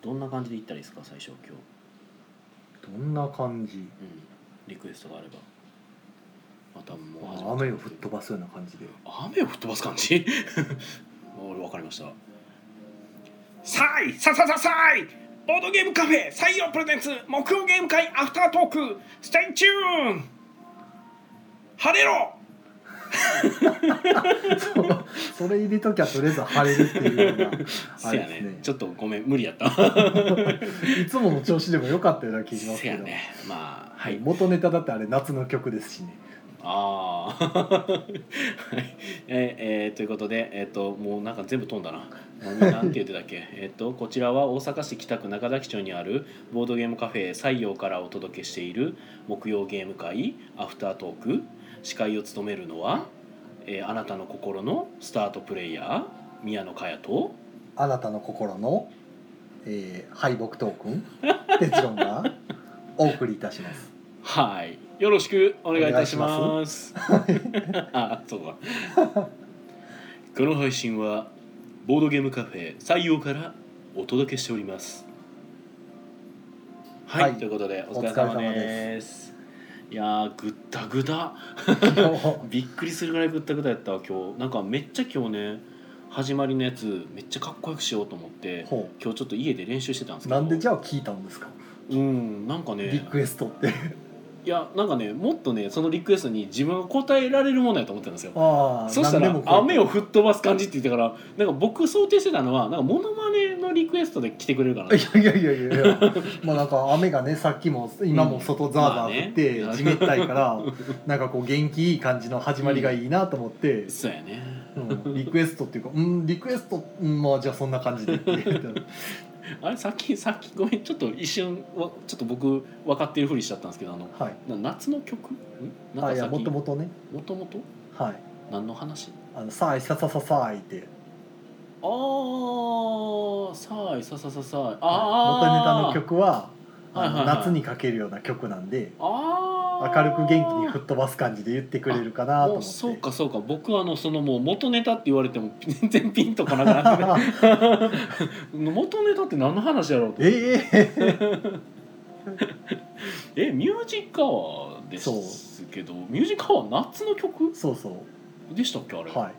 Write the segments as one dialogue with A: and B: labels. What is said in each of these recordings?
A: どんな感じで行ったらいいですか最初今日、
B: どんな感じ
A: うん、リクエストがあればまたもう始まった
B: 雨を吹っ飛ばすような感じで
A: 雨を吹っ飛ばす感じ 俺分かりましたさいささささいボードゲームカフェ採用プレゼンツ木曜ゲーム会アフタートークステイチューン晴れろ
B: そうそれ入れときゃとりあえず晴れるっていうような あ
A: せ
B: れ
A: や
B: です
A: ね
B: ね
A: ちょっとごめん無理やった
B: いつもの調子でも良かったような 気します
A: せ
B: け
A: や
B: ど、
A: ねまあは
B: はいい、元ネタだってあれ夏の曲ですしね
A: ああ はいえーえーということでえっ、ともうなんか全部飛んだな何なんて言ってたっけ えっとこちらは大阪市北区中崎町にあるボードゲームカフェ採用からお届けしている木曜ゲーム会アフタートーク司会を務めるのは、えーあなたの心のスタートプレイヤー宮野佳也と
B: あなたの心の、えー、敗北トー クン哲論がお送りいたします
A: はいよろしくお願いいたします。あそうだこの配信はボードゲームカフェ採用からお届けしております。はい、
B: はい
A: ということでお疲れ
B: お疲れ
A: 様
B: 様
A: で。
B: です
A: いやーぐったぐだ
B: 今
A: びっくりするぐらいぐったぐだやったわ今日なんかめっちゃ今日ね始まりのやつめっちゃかっこよくしようと思って
B: 日ほ
A: 今日ちょっと家で練習してたんです
B: う
A: けど
B: なんでじゃあ聞いたんですか
A: うんなんかね
B: リクエストって
A: いやなんかねもっとねそのリクエストに自分が答えられるものやと思ってたんですよ
B: ああ
A: そしたら
B: 何でも
A: 「
B: こう
A: 雨を吹っ飛ばす感じ」って言ってからなんか僕想定してたのはなんかモノマネのリクエストで来てくれるかなと
B: いやいやいやいやいやまあなんか雨がねさっきも今も外ザーザー降って
A: うんまあね
B: 地めったいからなんかこう元気いい感じの始まりがいいなと思って、
A: そうやね
B: うんリクエストっていうか「うんリクエスト、うん、まあじゃあそんな感じで」って
A: あれさっきさっきごめんちょっと一瞬わちょっと僕分かってるふりしちゃったんですけどあの
B: はい
A: な夏の曲んなん
B: あ
A: か
B: い
A: さ
B: や
A: っ
B: も
A: き
B: ともとね
A: もともと
B: はい
A: 何の話
B: 「あのさあいささささあい」って
A: あーさあいささささあい
B: 元ネタ
A: あ
B: の
A: ー
B: 曲は
A: はいは
B: あ
A: い
B: の
A: はい
B: 夏にかけるような曲なんで
A: あー
B: 明るく元気に吹っ飛ばす感じで言ってくれるかなと
A: も
B: 思
A: う
B: って
A: そうかそうか僕はあのそのもう元ネタって言われても全然ピンとこなくなって 元ネタって何の話やろうと
B: ええ
A: えミュージックアワーですけどミュージックアワー夏の曲
B: そうそう
A: でしたっけあれ、
B: はい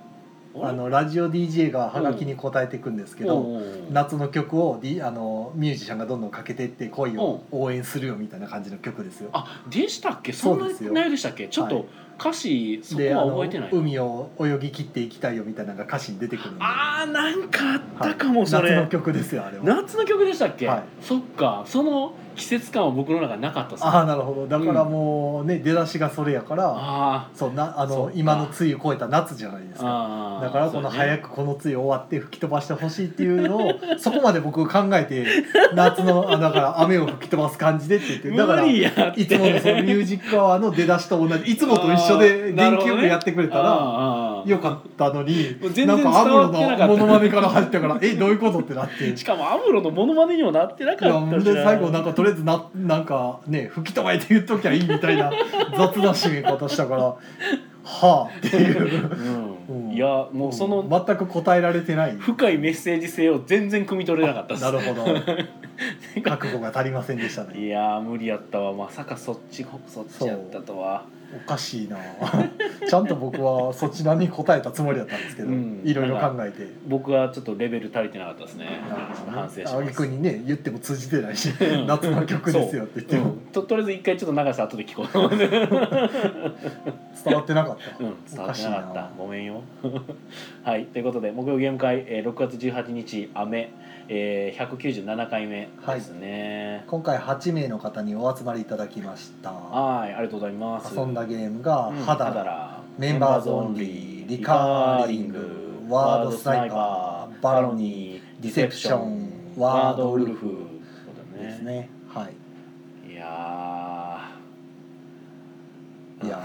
A: あ
B: あ
A: れ
B: のラジオ DJ がハガキに答えていくんですけど、
A: おうおうおう
B: 夏の曲を、D、あのミュージシャンがどんどんかけていって
A: う
B: 恋
A: ん
B: を応援するよみたいな感じの曲ですよ。
A: あでしたっけそんな
B: そうですよ
A: 内容でしたっけちょっ
B: は
A: と
B: い
A: 歌詞そこ
B: であ
A: は
B: の
A: 覚えてない
B: 海を泳ぎ切っていきたいよみたいなのが歌詞に出てくるんで
A: あーなんかあったか
B: は
A: も
B: い
A: それ、
B: 夏の曲ですよあれは。
A: 夏の曲でしたっけ、
B: はい
A: そっかその季節感は僕の中になかったっすね
B: ああなるほどだからもうね、出だしがそれやから
A: あー
B: そうなあ
A: そっ
B: の
A: か
B: 今の梅雨超えた夏じゃないですか。
A: あー
B: だからこの
A: そうやね
B: 早くこの梅雨終わって吹き飛ばしてほしいっていうのをそこまで僕考えて夏のあだから雨を吹き飛ばす感じでって言ってだから
A: 無理やって
B: いつものそのミュージックアワーの出だしと同じいつもと一緒で
A: あーなる
B: 元
A: ほ
B: 気
A: ど
B: よ
A: ね
B: くやってくれたら
A: あーあー
B: よかったのに
A: もう全然
B: なん
A: 伝
B: かアム
A: わ
B: ロ
A: ってなか
B: の
A: っ
B: モノ
A: た
B: マネから入ったからえどういうことってなって。
A: しかもアムロのモノマネにもなってない
B: や
A: かったし
B: で最後なんかとりあえずな なんかね吹き飛ばえて言っときゃいいみたいな雑な締め方したからはあっていう、
A: うん
B: うん
A: いやもうその、
B: 全く答えられてない
A: 深いメッセージ性を全然汲み取れなかったっす
B: なるほど覚悟が足りませんでしたね
A: いやー無理やったわまさかそっちそっちやったとは
B: おかしいなちゃんと僕はそっちなりに答えたつもりだったんですけど、
A: うん
B: いろいろ考えて
A: 僕はちょっとレベル足りてなかったですね反省します
B: 青木君 にね言っても通じてないし
A: うん
B: 「夏の曲ですよ」って言って
A: う
B: も
A: んととりあえず一回ちょっと長さ後で聞こう
B: 伝わってなかった、
A: うん、伝
B: お
A: わ
B: か
A: って
B: しい
A: なかった
B: な
A: ごめんよ はいということで木曜ゲーム会、えー6月18日雨、えー、197回目ですね
B: 今回8名の方にお集まりいただきました
A: はいありがとうございます
B: 遊んだゲームが
A: うん
B: 「ハダラ」
A: ラ
B: メンバーズオンリーリカーリングワードスナイパーバロニ
A: ー
B: ディセプションワードウルフ
A: そうだ
B: です
A: ね
B: ねはい
A: いや
B: いや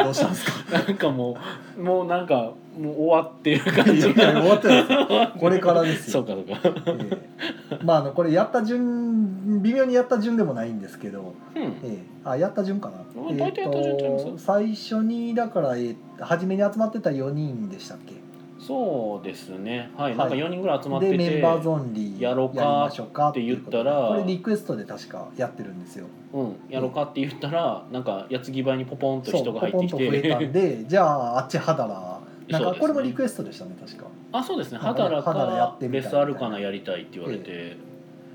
B: どどうしたんですか
A: ー なんかもうもうなんかもう終わってる感
B: いや
A: じ
B: いや終わってないですよこれからで す
A: そう
B: よ、
A: かそうか
B: ええまああのこれやった順微妙にやった順でもないんですけど
A: うん
B: ええ、あやった順かな、
A: うん大体やった順ちゃいます
B: と最初にだから、ええ初めに集まってた4人でしたっけ
A: そうですねはい、
B: はい
A: なんか4人ぐらい集まって
B: で
A: て
B: メンバーズオンリー
A: やろうか
B: やりましょうか
A: って言ったら
B: いうことでこれリクエストで確かやってるんですよ
A: うん、やろうかって言ったらなんか矢継ぎ早にポポンと
B: そう
A: 人が
B: ポ
A: 入っ
B: ポ
A: て
B: ン
A: き
B: と増えた
A: て
B: んでじゃああっちハダラなん
A: そう
B: か
A: ですね
B: これもリクエストでしたね確か
A: あそうですね
B: なん
A: ハ
B: か
A: ダラ
B: ハダラや
A: か
B: ってみたい
A: ベスアルカナやりたいって言われて、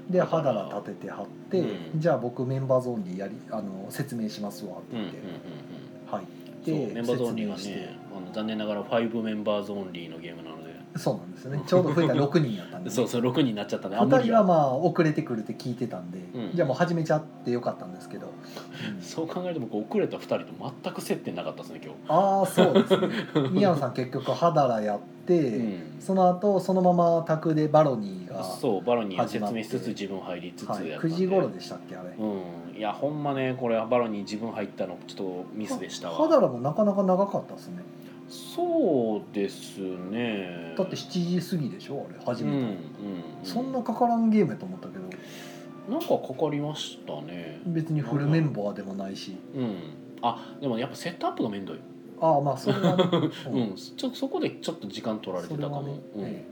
B: で
A: ハ
B: ハ
A: ダ
B: ダ
A: ラ
B: ラ立てて貼って、
A: うん
B: じゃあ僕メンバーズオンリーやりあの説明しますわって
A: うんうん
B: 言
A: う
B: っ
A: んう
B: て、はい
A: んそうメンバ
B: で
A: ーズオンリーが
B: 説明して
A: ねあの残念ながら5メンバーズオンリーのゲームなので、
B: そうなんですよねちょうど増えた6人やったんで、ね、
A: そうそう6人になっちゃったねあ無
B: 2
A: 理
B: 人
A: や
B: はまあ遅れてくるって聞いてたんで、
A: うん
B: じゃあもう始めちゃってよかったんですけど、う ん
A: そう考えると僕遅れた2人と全く接点なかったですね今
B: ああそうですね宮野さん結局ハダラやって、
A: 日、うん
B: その後そのまま宅でバロニーが、
A: そうバロニーに
B: 始まっ
A: 説
B: て
A: 明しつつ自分入りつつやっ
B: は
A: たん
B: い、
A: で、
B: 9時頃でしたっけあれ、
A: うんいやほんまねこれバロニー自分入ったのちょっとミスでした
B: ハダ
A: わ
B: ラもなかなか長かったですね
A: そうですね
B: だって7時過ぎでしょあれ始
A: うん
B: め
A: う
B: た
A: ん
B: の、
A: うん
B: そんなかからんゲームやと思ったけど
A: なんかかかりましたね
B: 別にフルメンバーでもないし
A: うんあでもやっぱセットアップがめんどい
B: ああまあそれ はね、う
A: うん、ちょそこでちょっと時間取られてたかも、
B: それはね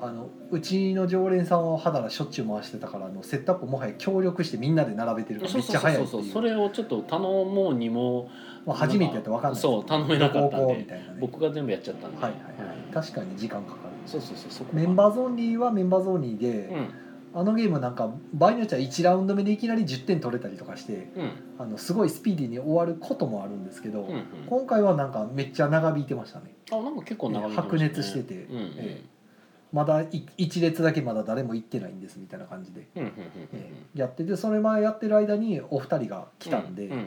B: あのうちの常連さんは肌がしょっちゅう回してたからあのセットアップもはや協力してみんなで並べてる
A: うん
B: か
A: そう
B: らめっ
A: そ
B: ち
A: う
B: ゃ早い
A: そう
B: って
A: そう
B: い
A: そうれをちょっと頼もうにも
B: まあ初めてやったら分かんない
A: そう頼めなかったん
B: どこみ
A: で
B: たいなね
A: 僕が全部やっちゃったんで
B: はいはいはい確かに時間かかる
A: そうそうそうそこ
B: メンバーゾーンリーはメンバーゾーンリーで、
A: うん
B: あのゲームなんか場合によっちゃ1ラウンド目でいきなり10点取れたりとかして
A: うん
B: あのすごいスピーディーに終わることもあるんですけど、
A: うんうん
B: 今回はなんかめっちゃ長引いてましたね
A: あなんか結構長引いてました
B: 白熱してて
A: うんうん
B: えまだ1列だけまだ誰も行ってないんですみたいな感じで、
A: うんうんうんうん
B: ええやっててそれ前やってる間にお二人が来たんで、
A: うん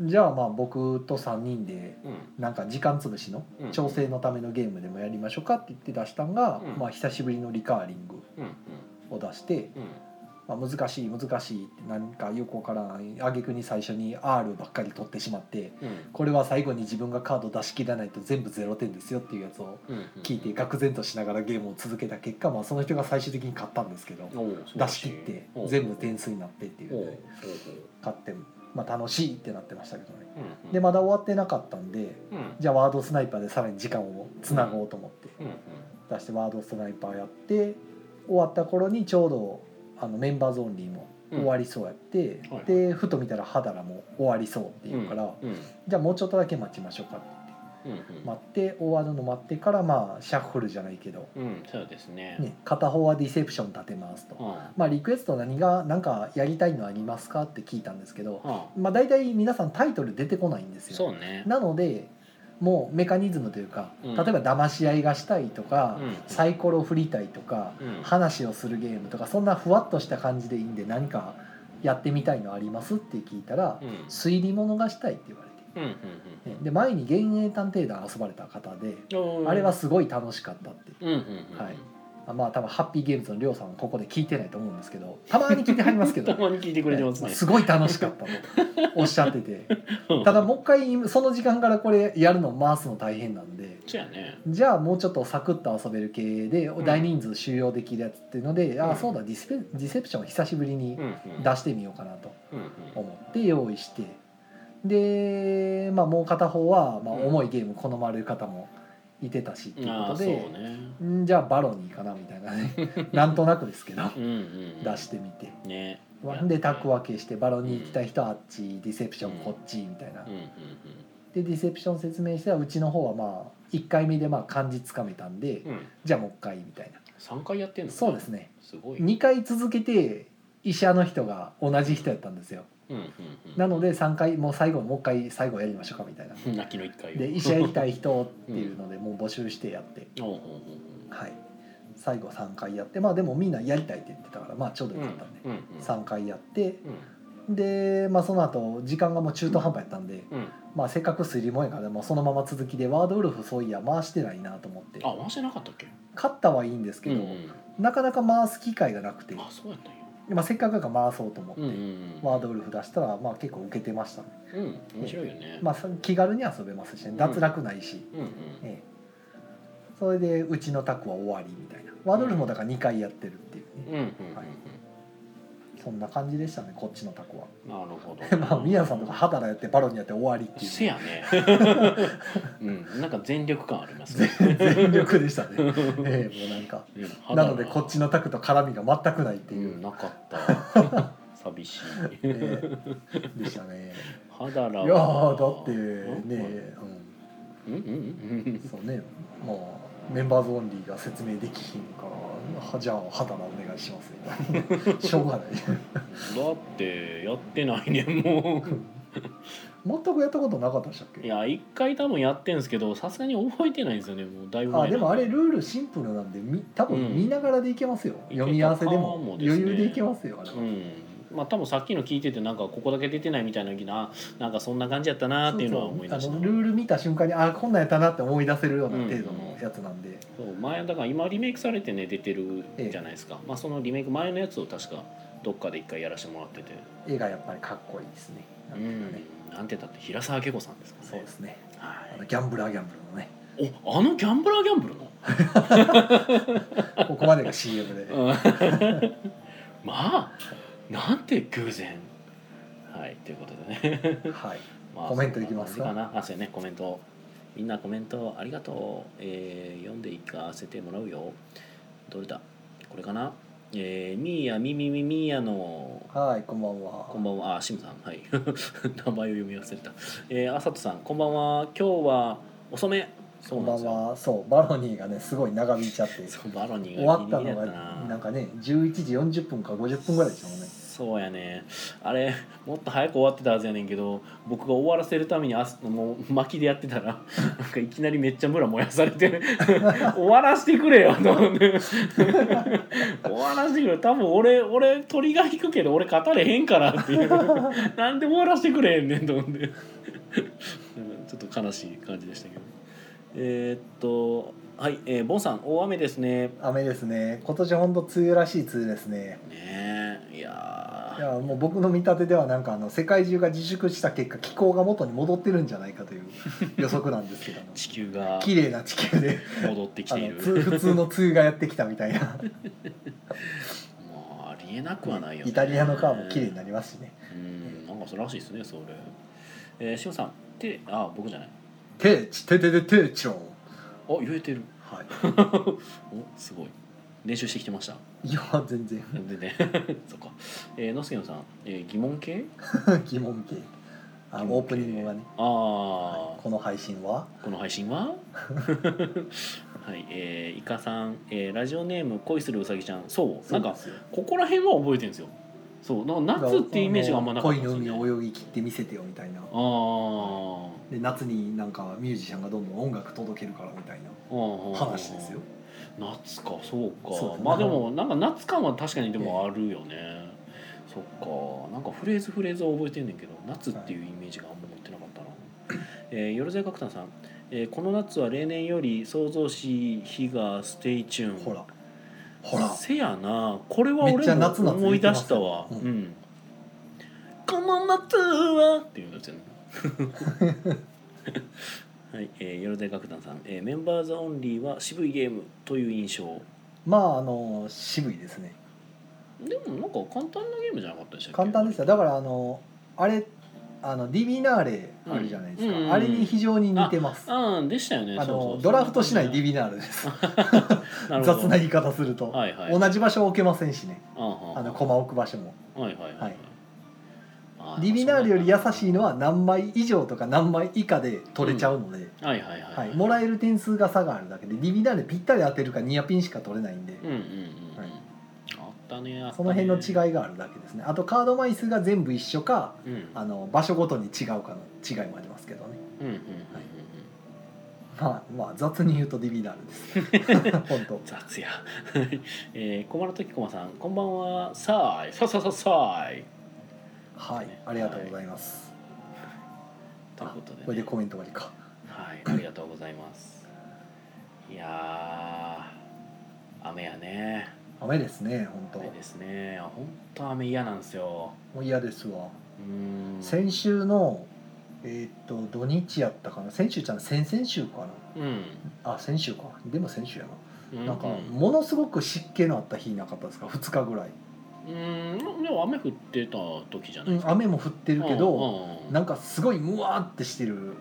A: うん
B: じゃあまあ僕と3人で
A: うん
B: なんか時間潰しの
A: うん
B: 調整のためのゲームでもやりましょうかって言って出したんが、
A: うん
B: まあ久しぶりのリカーリング
A: うん
B: を出して、
A: うん
B: まあ、難しい難しいってなんかよくわからない挙句に最初に R ばっかり取ってしまって
A: うん
B: これは最後に自分がカード出し切らないと全部0点ですよっていうやつを
A: うんうん
B: 聞いて愕然としながらゲームを続けた結果、まあ、その人が最終的に勝ったんですけど
A: おう素晴
B: 出
A: ら
B: し
A: し
B: 切っ
A: い
B: て
A: おう
B: 全部点数になってっていう
A: おうお
B: の
A: う
B: で勝って、まあ、楽しいってなってましたけどね。
A: おううんうん
B: でまだ終わってなかったんで
A: うん
B: じゃあワードスナイパーでさらに時間をつなごうと思って
A: うんうん
B: 出してワードスナイパーやって終わった頃にちょうどあのメンバーゾーンリーも終わりそうやって、
A: はい
B: でふと見たらハダラも終わりそうっていうから、
A: うんうん
B: じゃあもうちょっとだけ待ちましょうかって
A: うんうん
B: 待って終わるの待ってからまあシャッフルじゃないけど、
A: うんそうですね
B: ね、片方はディセプション立てますと、
A: うんうん
B: まあ、リクエスト何が何かやりたいのありますかって聞いたんですけど、まあ、大体皆さんタイトル出てこないんですよ。
A: そうね
B: なのでもうメカニズムというか、
A: うん
B: 例えば騙し合いがしたいとか、
A: うん
B: サイコロ振りたいとか、
A: うん
B: 話をするゲームとかそんなふわっとした感じでいいんで何かやってみたいのありますって聞いたら、
A: うん
B: 推理物がしたいって言われ
A: うんうん
B: て、で前に幻影探偵団遊ばれた方で、
A: うんうん
B: あれはすごい楽しかったって。
A: うんうんうん
B: はいあまあ多分ハッピーゲームズのりょうさんはここで聞いてないと思うんですけどたまに聞いてはりますけど
A: たまに聞いてくれてますね
B: すごい楽しかったとおっしゃってて
A: うん
B: ただもう一回その時間からこれやるの回すの大変なんで
A: そうやね
B: じゃあもうちょっとサクッと遊べる系で
A: ん
B: 大人数収容できるやつっていうので、
A: う
B: あ
A: ん
B: そうだディスペディセプションを久しぶりに
A: うんうん
B: 出してみようかなと
A: うんうん
B: 思って用意してで、まあ、もう片方は、まあ、
A: うん
B: 重いゲーム好まれる方もいてたしっていう
A: ああ
B: こと
A: そう
B: で、
A: ね
B: んじゃあバロニーかなみたいな ねなんとなくですけど
A: うんうん
B: 出してみて。
A: ね
B: でタク分けしてバロニー行きたい人はあっちディセプションこっちみたいな
A: うんうん
B: でディセプション説明したらうちの方はまあ1回目でまあ感じつかめたんで
A: うんうん
B: じゃあもう一回みたいな
A: 三回やってんの
B: そうですね
A: すごい
B: 2回続けて医者の人が同じ人やったんですよ
A: うんうん
B: なので3回もう最後もう一回最後やりましょうかみたいな
A: うん泣きの一回を
B: で医者やりたい人っていうのでもう募集してやって
A: おうおうおう
B: はい最後3回やってまあでもみんなやりたいって言ってたからまあちょうど
A: おう
B: よ
A: うんう
B: か
A: ん
B: ったんで
A: うん
B: 3回やって
A: うん
B: でまあその後時間がもう中途半端やったんで
A: うん
B: まあせっかく推理もんやからもうそのまま続きでワードウルフそういや回してないなと思って
A: あ回してなかったっけ
B: 勝ったはいいんですけど、
A: うんうん
B: なかなか回す機会がなくて、
A: あそうやったんや
B: まあ、せっかくだから回そうと思って、
A: うんうん
B: ワードウルフ出したら、まあ、結構受けてましたね、
A: うんうん面白いよね
B: まあ、そ気軽に遊べますしね
A: ん
B: 脱落ないし、
A: うんうん
B: ええ、それでうちのタクは終わりみたいなワードウルフもだから2回やってるっていう
A: う
B: ね、
A: んうんうん
B: はいそんな感じでしたねこっちのタコ
A: なるほ
B: は
A: ど
B: まあミヤさんとか肌だやってバロンやって終わりっていう
A: せや ねうんなんか全力感ありますね、
B: 全力でした ねええもうなんか
A: うん肌
B: な
A: が
B: のでこっちのタクと絡みが全くないって
A: う
B: いう、
A: んなかった 寂しい
B: ええでした ね
A: 肌ら
B: いやーだってねうん
A: うんうんうん
B: そうね、まあ、メンバーズオンリーが説明できひんから、はじゃあ、肌のお願いしますみたいな。しょうがない。
A: だってやってないねも
B: 全くやったことなかったでしたっ
A: うい
B: け。
A: や一回多分やってんすけどさすがに覚えてないんですよねもうだいぶ前
B: あ、でもあれ
A: い
B: ルールシンプルなんで、み、多
A: うん
B: 分見ながらでいけますよ。
A: けた
B: 読み合わせでも
A: かもです
B: 余
A: ね
B: 裕でいけますよ。あれ
A: う
B: は
A: んまあ多分さっきの聞いててなんかここだけ出てないみたいなななんかそんな感じやったなっていうのは思い出し
B: そう
A: た
B: そうあのルール見た瞬間にあこんなんやったなって思い出せるような程度のやつなんで、
A: そう前だから今リメイクされてね出てるじゃないですか、まあそのリメイク前のやつを確かどっかで一回やらせてもらってて
B: 絵がやっぱりかっこいいですねな
A: うん
B: ていうか
A: ん
B: ね
A: なんて言ったって平沢恵子さんですか
B: そう
A: ね
B: ですね
A: は
B: あのギャンブラーギャンブルのね
A: いおあのギャンブラーギャンブルの
B: ここまでが CM で、
A: うん まあなんて偶然はいということでね
B: はい
A: まあ
B: コメントいきますか
A: そんな感じかなあそうやねコメントみんなコメントありがとう、えー読んでいかせてもらうよどれだこれかなえー、みーやみみみみーやの
B: はいこんばんは
A: こんばんはあシムさんはい 名前を読み忘れたえー、あさとさんこんばんは今日は遅めそ
B: こ
A: うんな
B: ば
A: んです
B: ん
A: よ
B: はそうバロニーがねすごい長引いちゃって
A: そうバロニー
B: 終わ
A: がギ
B: っ
A: リ
B: た
A: ギリ
B: の
A: や
B: が
A: ったな
B: なんかね11時40分か50分ぐらいでしたもんね
A: そうやねあれもっと早く終わってたはずやねんけど僕が終わらせるためにあすもう巻きでやってたらなんかいきなりめっちゃムラ燃やされて 終わらせてくれよと思って終わらせてくれ多分俺俺鳥が引くけど俺語れへんからっていうなんで終わらせてくれへんねんと思ってうんちょっと悲しい感じでしたけどえーっとはい、えー、ボンさん大雨ですね
B: 雨ですね今年ほんと梅雨らしい梅雨ですね
A: ねえいや
B: い
A: ー
B: やもう僕の見立てではなんかあの世界中が自粛した結果気候が元に戻ってるんじゃないか という予測なんですけども
A: 地球が
B: 綺麗な地 球で
A: 戻ってき
B: あ
A: てい
B: の
A: る
B: つ 普通の梅雨がやってきたみたいな
A: まあありえなくはないよね
B: イタリアの川も綺麗になりますしね
A: うんなんかそうらしいですねそれえー、しおさんてあ僕じゃない
B: テーチテテテテーチョン
A: あ言えてる
B: は
A: おすごい練習してきてました
B: いいや全然
A: でね そっかえー、のすけのさん、えー、疑問系
B: 疑問形あ
A: 疑問形
B: のオープニングがね
A: ああ、
B: この配信は
A: この配信 ははいえー、いかさん、えー、ラジオネーム恋するうさぎちゃんそうなんか
B: そうですよ
A: ここら辺は覚えてるんですよそうなんか夏っていうイメージがあんまなかったんですよ、
B: 恋
A: ね、
B: の海を泳ぎ切って見せてよみたいな
A: ああ
B: で夏になんかミュージシャンがどんどん音楽届けるからみたいな話ですよ
A: 夏かそうか
B: そうだね
A: まあでもなんか夏感は確かにでもあるよね、そっかなんかフレーズフレーズは覚えてんねんけど夏っていうイメージがあんま持ってなかったな、えー、よろずや角田さん、えーこの夏は例年より想像しい日がステイチューン
B: ほらほら
A: せやなこれは
B: めっ
A: 俺
B: ちゃ夏
A: も
B: 夏
A: 思い出したわ、
B: 言
A: う
B: っ
A: ん
B: てま
A: この夏はっていうや つやなはい、えー、よろで楽団さん、えーメンバーズオンリーは渋いゲームという印象
B: まああの渋いですね
A: でもなんか簡単なゲームじゃなかったでしたっけ
B: 簡単でしただからあのあれあのディビナーレあるじゃないですか、
A: うんうん
B: あれに非常に似てますあ
A: ああでしたよねそ
B: の
A: うそう
B: ドラフトしないディ
A: ビ
B: ビナーレです
A: なるほど
B: 雑な言い方すると、
A: はいはい
B: 同じ場所置けませんしね
A: あんはん
B: あの駒置く場所も
A: はいはいは
B: はいい
A: あ
B: ディビナーレより優しいのは何枚以上とか何枚以下で取れちゃうので、
A: はいはいはい、
B: はい、もらえる点数が差があるだけでディビナーでぴったり当てるかニアピンしか取れないんで、
A: うんうんうん、
B: はい
A: あったねあったね
B: その辺の違いがあるだけですねあとカード枚数が全部一緒か
A: うん
B: あの場所ごとに違うかの違いもありますけどね
A: うんうんうんうん
B: まあまあ雑に言うとディビナールです本当
A: 雑や、 えー、小丸時駒さんこんばんはさあいさあさあさあさあい
B: はいありがとうございます、
A: ということで,、ね
B: これでコメント終わりか
A: はいありがとうございますいやー雨やね
B: 雨ですね本当
A: 雨ですね本当雨嫌なんですよ
B: もう嫌ですわ
A: うーん
B: 先週のえーっと土日やったかな先週じゃない先々週か
A: うん、
B: なあ先週かでも先週やな
A: う
B: なんか
A: う
B: ものすごく湿気のあった日なかったですか2日ぐらい
A: うーんでも雨降ってた時じゃない
B: う
A: で
B: ん
A: す、か、
B: 雨も降ってるけど、
A: うん
B: なんかすごいムワーってしてる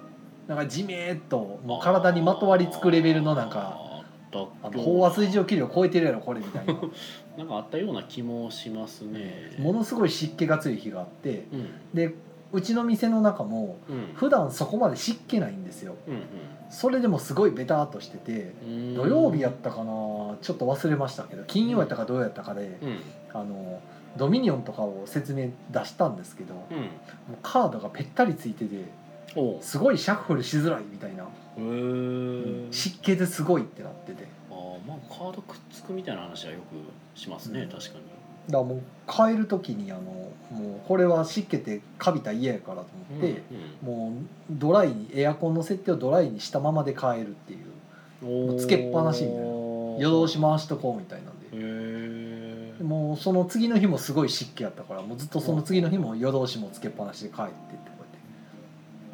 B: なんかジメーっともう体にまとわりつくレベルのなんか
A: あっ
B: あ
A: た
B: の飽和水蒸気量超えてるやろこれみたいな
A: なんかあったような気もしますね
B: ものすごい湿気が強い日があって
A: うん
B: でうちの店の中も
A: うん
B: 普段そこまで湿気ないんですよ
A: うん
B: それでもすごいベターっとしてて
A: うん
B: 土曜日やったかなちょっと忘れましたけど金曜やったか土曜やったかで
A: うん
B: あのドミニオンとかを説明出したんですけどもう
A: うん
B: カードがぺったりついてて
A: おう
B: すごいシャッフルしづらいみたいな
A: へー
B: 湿気ですごいってなっててだか
A: あーまあカードくっつくみたいな話はよくしますね、
B: うん
A: 確かに
B: らもう帰る時にあのもうこれは湿気てカビたら嫌やからと思って、もうドライにエアコンの設定をドライにしたままで帰るってい
A: う
B: う
A: んう、
B: もうんつけっぱなしみたいな夜通し
A: も
B: 回しとこうみたいなんで
A: へえ
B: でもうその次の日もすごい湿気やったからもうずっとその次の日も夜通しもつけっぱなしで帰ってってこ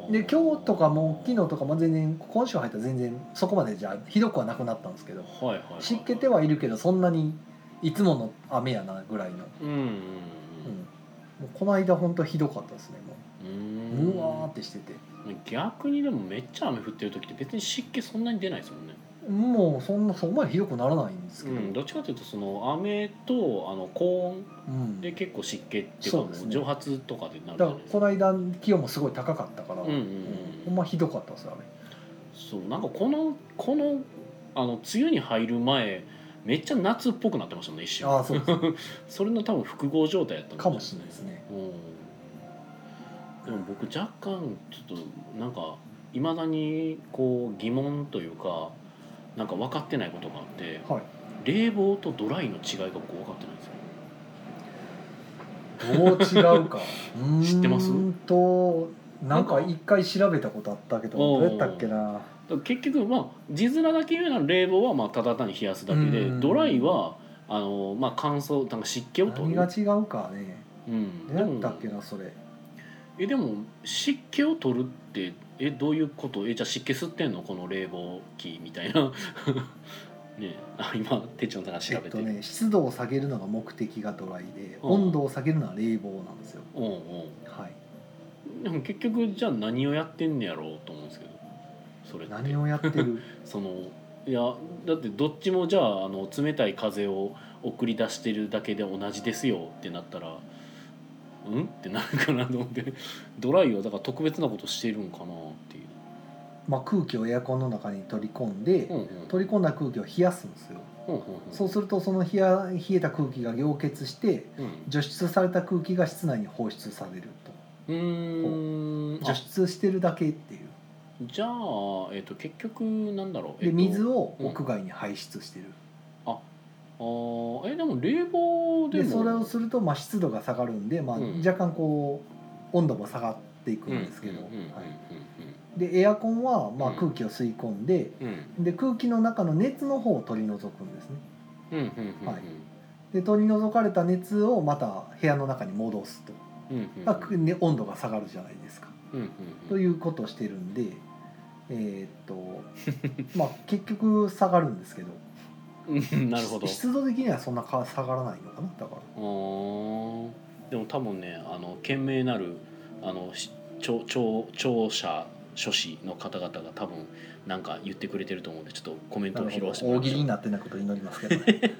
B: うやってで今日とかも昨日とかも全然今週入ったら全然そこまでじゃあひどくはなくなったんですけど
A: はいはいはいはい
B: 湿気てはいるけどそんなにいつもの雨やなぐらいの、
A: うんうん
B: うん、もうこの間ほんとひどかったですねも
A: う
B: うんうわー
A: ん
B: ってしてて
A: 逆にでもめっちゃ雨降ってる時って別に湿気そんなに出ないですもんね、
B: もうそんなそこまでひどくならないんです
A: う
B: けど、
A: ん、どっちかというとその雨とあの高温
B: うん
A: で結構湿気っていうか
B: そう
A: も
B: ですね
A: う蒸発とかでなるじ
B: だ
A: ゃな
B: から
A: いです
B: この間気温もすごい高かったから、
A: うんうんうん
B: ほんまひどかったですよあ
A: そうなんかこのこのあの梅雨に入る前めっちゃ夏っぽくなってましたもんね一
B: れああ
A: 瞬
B: そうです
A: それの多分複合状態やったんだ
B: か
A: と思
B: も
A: うん
B: しれないですね
A: うん、でも僕若干ちょっとなんかいまだにこう疑問というかなんか分かってないことがあって
B: はい
A: 冷房とドライの違いが僕分かってないんですよ
B: どう違うか
A: 知ってます
B: うーんとなんか
A: なんか
B: 一回調べたことあったけど
A: お
B: ど
A: ー
B: うやったっけな
A: だから結局まあ字面だけ言うなら冷房はまあただ単に冷やすだけで
B: うん
A: ドライはあのまあ乾燥なんか湿気を取
B: 何が
A: る、
B: 違うかね
A: うん、
B: どうやったっけ
A: でも
B: なそれ
A: えでも湿気を取るってえどういうことえじゃあ湿気吸ってんのこの冷房機みたいな ねえあ今手帳の中
B: え
A: 調
B: っ
A: べて
B: と
A: る、
B: ね湿度を下げるのが目的がドライで
A: うん
B: 温度を下げるのは冷房なんですよ
A: うんう
B: はい
A: んでも結局じゃあ何をやってんねやろうと思うんですけどそれって
B: 何をやって る
A: そのいやだってどっちもじゃああの冷たい風を送り出してるだけで同じですよってなったらうんってなるかなと思ってドライはだから特別なことしてるんかなっていう、
B: まあ空気をエアコンの中に取り込んで
A: うんうん、
B: 取り込んだ空気を冷やすんですよ
A: うんうんうん
B: そうするとその冷や冷えた空気が凝結して
A: うん
B: 除湿された空気が室内に放出される
A: うーん
B: と
A: あ
B: 除湿してるだけっていう
A: じゃあ、えっと結局なんだろう、え
B: で
A: っと
B: 水を屋外に排出してる、
A: あーえでも冷房でも
B: でそれをするとまあ湿度が下がるんで、まあ
A: うん、
B: 若干こう温度も下がっていくんですけど、
A: うんうんうんうん
B: はい、でエアコンはまあ
A: うん
B: 空気を吸い込んで
A: うんうん
B: で空気の中の熱の方を取り除くんですね
A: うんうんうんうん
B: はいで取り除かれた熱をまた部屋の中に戻すと、
A: うんうんうん
B: まあくね温度が下がるじゃないですか、
A: うんうん
B: ということをしてるんでえーっとまあ結局下がるんですけど
A: うんうんなるほど
B: し湿度的にはそんなか下がらないのかなだから
A: うーんでも多分ねあの賢明なるあのし聴聴聴者書士の方々が多分なんか言ってくれてると思うんでちょっとコメントを拾わせてもらいま
B: 大喜
A: しょ
B: 利に
A: う
B: なってないことを祈りますけど ね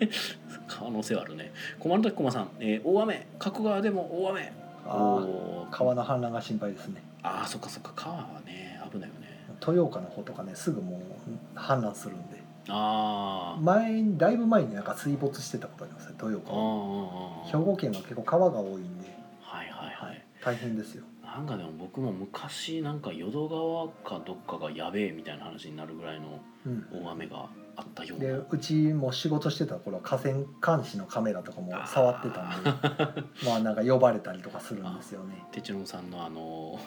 A: 可能性はあるね困る時駒さん、えー大雨加古川でも大雨
B: あー
A: おー
B: 川の氾濫が心配ですね
A: あーそっかそっか川はね危ないよね
B: 豊岡の方とかねすぐもう氾濫するんで
A: あー
B: 前にだいぶ前になんか水没してたことありますね豊
A: あー
B: 岡は
A: あーあー
B: 兵庫県は結構川が多いんで、
A: はいはいはい、
B: 大変ですよ
A: なんかでも僕も昔なんか淀川かどっかがやべえみたいな話になるぐらいの
B: うん
A: 大雨があったよう
B: で
A: な
B: うちも仕事してた頃は河川監視のカメラとかも触ってたんで まあなんか呼ばれたりとかするんですよね
A: てちろんさんのあの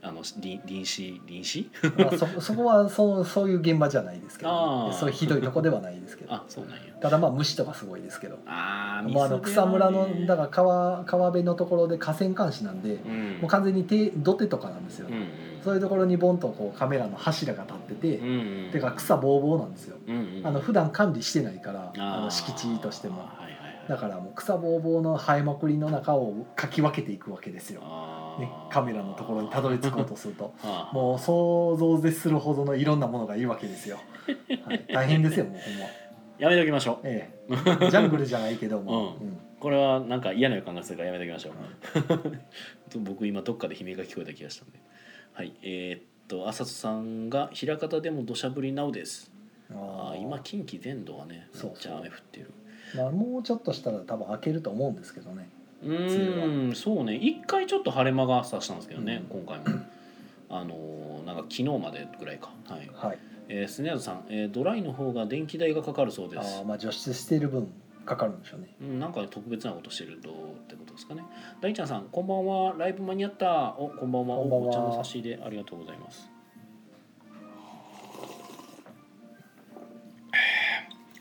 A: あのり臨死臨死
B: まあそそこはそうそういう現場じゃないですけど、
A: あー
B: そういうひどいとこではないですけ ど
A: あそうなんや
B: ただまあ虫とかすごいですけど
A: あー
B: まあ、あの
A: 水だ
B: 草むらの
A: ね
B: だから川川辺のところで河川監視なんで、
A: うん
B: もう完全に手土手とかなんですよ、
A: うんうん
B: そういうところにボンとこうカメラの柱が立ってて、
A: うんうん
B: てか草ぼうぼうなんですよ、
A: うんうん
B: あの普段管理してないから
A: あー
B: あの敷地としても
A: はいはいはい
B: だからもう草ぼうぼうの生えまくりの中をかき分けていくわけですよ、ね、カメラのところにたどり着こ うとすると
A: も
B: もう想像絶するほどのいろんなものがいるわけですよ、はい、大変ですよもうほんま
A: うやめておきましょう
B: え えジャングルじゃないけど
A: う
B: も、うん
A: これはなんか嫌な予感がするからやめておきましょう 僕今どっかで悲鳴が聞こえた気がしたんではいえーっと浅瀬さんが「枚方でも土砂降りなおです」ああ
B: ー
A: 今近畿全土がねめ
B: そうそ
A: っ
B: う
A: ちゃ雨降ってる
B: まあ、もうちょっとしたら多分開けると思うんですけどね
A: うーんそうね一回ちょっと晴れ間がさしたんですけどね、今回もあのーなんか昨日までぐらいかはい
B: はい
A: えー、スネアズさん、えードライの方が電気代がかかるそうで
B: あ
A: す
B: ーまあ除湿している分かかるんでしょうね
A: うん、なんか特別なことしてるとってことですかね。大ちゃんさん、こんばんは。ライブ間に合った。お、こんばんは。
B: こんばんは
A: お茶の差し入れありがとうございます。え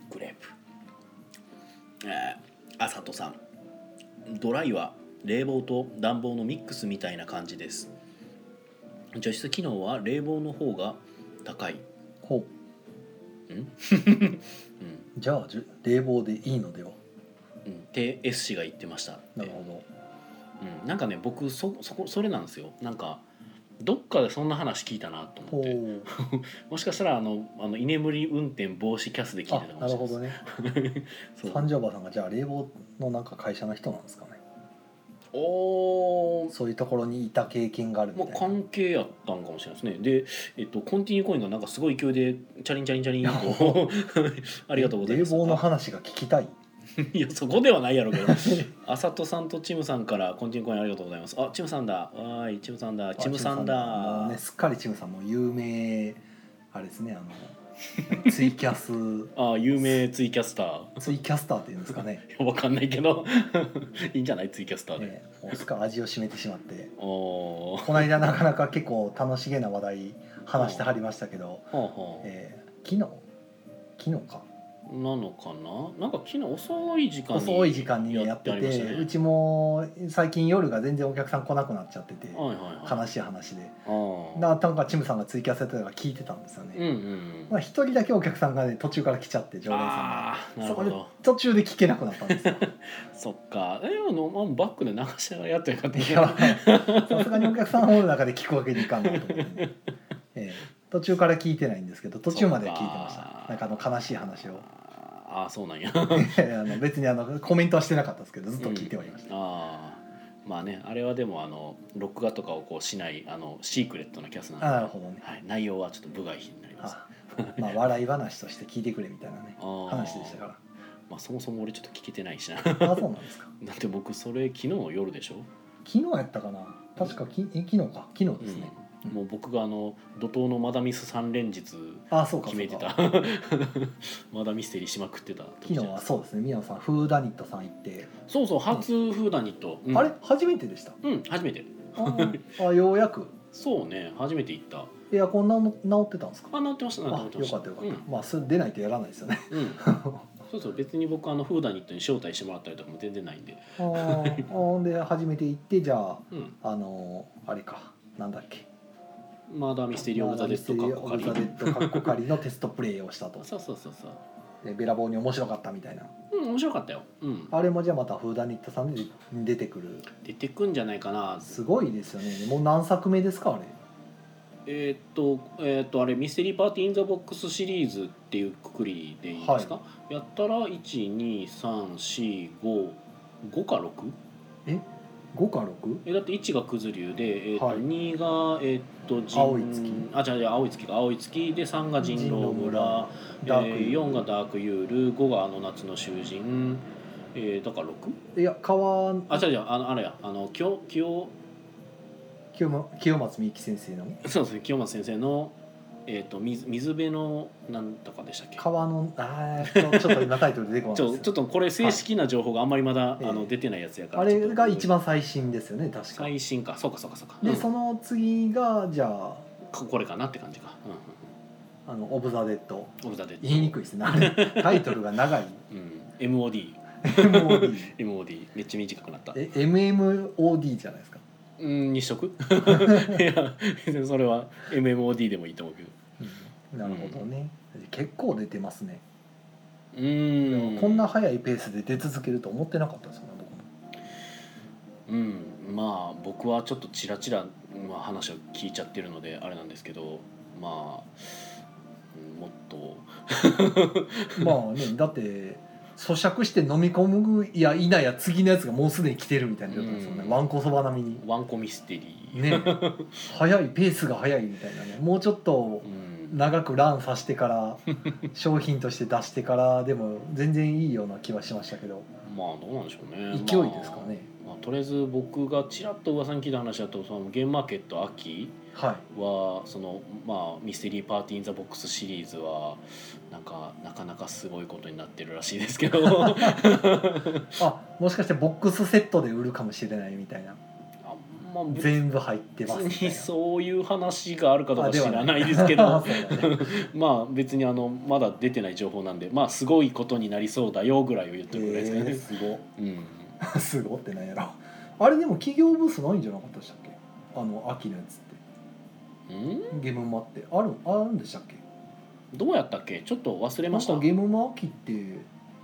A: ーグレープ。えー、あさとさん。ドライは冷房と暖房のミックスみたいな感じです。除湿機能は冷房の方が高い。ん
B: ほう
A: うん。
B: じゃあじゅ冷房でいいのでは
A: うん。って、S 氏が言ってました。
B: なるほ
A: うん、なんかね僕そそこそれなんですよなんかどっかでそんな話聞いたなと
B: ど
A: 思っ
B: ほ
A: て
B: う
A: もしかしたらあのあの居眠り運転防止キャスで聞い
B: あ
A: てたかも
B: な
A: し
B: る
A: れな
B: ほ
A: い
B: どね
A: そう
B: 三条婆さんがじゃあ冷房のなんか会社の人なんですかね
A: おー
B: そういうところにいた経験があるみ
A: も
B: たいうな、
A: 関係やったんかもしれないですねで、えっと、コンティニューコインがなんかすごい勢いでチャリンチャリンチャリンと ありがとうございます
B: 冷房の話が聞きたい
A: いやそこではないやろうけ どあさとさんとチムさんからコンティニューコインありがとうございますあチムさんだわーいチムさんだチムさん
B: も
A: だ
B: うねすっかりチムさんもう有名あれですねあのツイキャス
A: あー有名ツイキャスター
B: ツイキャスターっていうんですかね
A: いやわかんないけどいいんじゃないツイキャスターで、
B: ねもうすっかり味を占めてしまって
A: おー
B: この間なかなか結構楽しげな話題話してはりましたけど、
A: はあはあ
B: えー昨日昨日か
A: なのかななんか昨日遅い時間に
B: 遅い時間にやって
A: あ
B: て
A: りましたね
B: うちも最近夜が全然お客さん来なくなっちゃってて
A: はいはいはい
B: 悲しい話で
A: あー
B: ななんかチムさんがツイキャスやってたから聞いてたんですよ
A: うんう
B: ね
A: ん
B: まあ、一人だけお客さんがね途中から来ちゃって常連さんが
A: ああーなるほど
B: 途中で聞けなくなったんですよ
A: そっかえあのまあバックで流しながらやってよかった
B: いやさすがにお客さんホールの中で聞くわけにいかんなと思ってね、ええ途中から聞いてないんですけど途中までは聞いてまし
A: そったか
B: なんかあの悲しい話を
A: ああそうなんや
B: ええあの別にあのコメントはしてなかったですけどずっと聞いてはいました、
A: あーまあねあれはでもあの録画とかをこうしないあのシークレットのキャスなんで
B: あなるほどね
A: はい、内容はちょっと部外品になります
B: あ まあ笑い話として聞いてくれみたいなね
A: あー
B: 話でしたか
A: まあ、そもそも俺ちょっと聞けてないしな
B: らあそうな んですか
A: だって僕それ昨日の夜でしょ、
B: 昨日やったかな確かきえ昨日か昨日ですね、
A: うんもう僕があの怒涛のマダミス3連日
B: あそうか
A: 決
B: そ
A: め
B: う
A: てた
B: か
A: マダミステリーしまくってた
B: 昨日はそうですね宮野さんフーダニットさん行って、
A: そうそう初フーダニット、うん
B: あれ初めてでした
A: うん初めて
B: ああようやく
A: そうね初めて行った
B: エアコンなの治ってたんですか
A: あ治ってました治
B: あよ
A: ってました
B: かったよかった、まあそれ出ないとやらないです よね
A: うん、うん、そうそう別に僕あのフーダニットに招待してもらったりとかも全然ないんで
B: あーあほんで初めて行ってじゃあ
A: うん
B: あのーあれかなんだっけ
A: マダミステリー・オブ・ザ・デッド
B: マ
A: か
B: ダ
A: っ
B: ミステリーオブザ
A: こかり
B: デッドカッコ仮のテストプレイをしたと
A: そうそうそうそう
B: でべらぼうに面白かったみたいな
A: うん面白かったよ、うん、
B: あれもじゃあまたフーダニットさんで出てくる
A: 出てくんじゃないかな
B: すごいですよねもう何作目ですかあれ
A: えーっと、えーっと、あれ、ミステリーパーティー・イン・ザ・ボックスシリーズっていうくくりでいいですか、やったら、1、2、3、4、5、5か 6?
B: 5か 6?
A: えだって1がくず流で、えーっと
B: はい
A: 2が、えーっと人
B: 青い月
A: あじゃあじゃあ青い月か青い月で3が人狼村
B: ダ
A: え
B: ーク
A: ー、
B: イー
A: 4がダークユール5があの夏の囚人、えー、だから 6?
B: いや川
A: あじゃあじゃああのあれやあの清清
B: 清ま清松美幸先生の
A: そうですね清松先生の、えーっと水水辺のなんとかでしたっけ
B: 川のあーちょちょっと今タイトル出てこ
A: ち
B: ない
A: ょ
B: です
A: ちょっとこれ正式な情報があんまりまだ、
B: い
A: あの出てないやつやから
B: あれが一番
A: ちょっ
B: 最新ですよね確
A: と
B: か
A: 最新かそうかそうかそうか、う
B: で
A: ん
B: その次がじゃあ
A: ここれかなって感じか、うんうん
B: あの「オブ・ザ・デッド
A: うん、オブザデッ」ド
B: 言いにくいですねあれタイトルが長い
A: うん、MOD
B: MOD
A: MOD めっちゃ短くなった
B: え MMOD じゃないですか、
A: うんにしと くいや別にそれは MMOD でもいいと思うけど
B: なるほどね、結構出てますね
A: うーん
B: こんな速いペースで出続けると思ってなかったですもん僕も
A: うんまあ僕はちょっとちらちら、まあ、話を聞いちゃってるのであれなんですけどまあうんもっと
B: まあねだって咀嚼して飲み込むや否や次のやつがもうすでに来てるみたいな状態ですよね、
A: うん
B: わんこそば並みに
A: ワンコミステリー、
B: ね早いペースが早いみたいなねもうちょっと
A: うん、
B: 長くランさしてから商品として出してからでも全然いいような気はしましたけど
A: まあどうなんでしょうね
B: 勢いですかね、
A: まあまあとりあえず僕がちらっと噂に聞いた話だとそのゲームマーケット秋
B: はい
A: はその、まあ、ミステリーパーティー・イン・ザ・ボックスシリーズはなんかなかなかすごいことになってるらしいですけどあ
B: あもしかしてボックスセットで売るかもしれないみたいな
A: まあ別
B: 全部入ってますみたい
A: に
B: な
A: そういう話があるかどう
B: あ
A: か
B: で
A: 知
B: は
A: らないですけど
B: あ そうだね
A: まあ別にあのまだ出てない情報なんでまあすごいことになりそうだよぐらいを言ってるぐらいですか
B: え
A: ね
B: ー、すご
A: うん
B: すごってなんやろあれでも企業ブースないんじゃなかったでしたっけあの秋のやつっ
A: うん
B: てゲームマってあるあるんでしたっけ
A: どうやったっけちょっと忘れ
B: な
A: ま
B: ん
A: した
B: かゲームマ秋って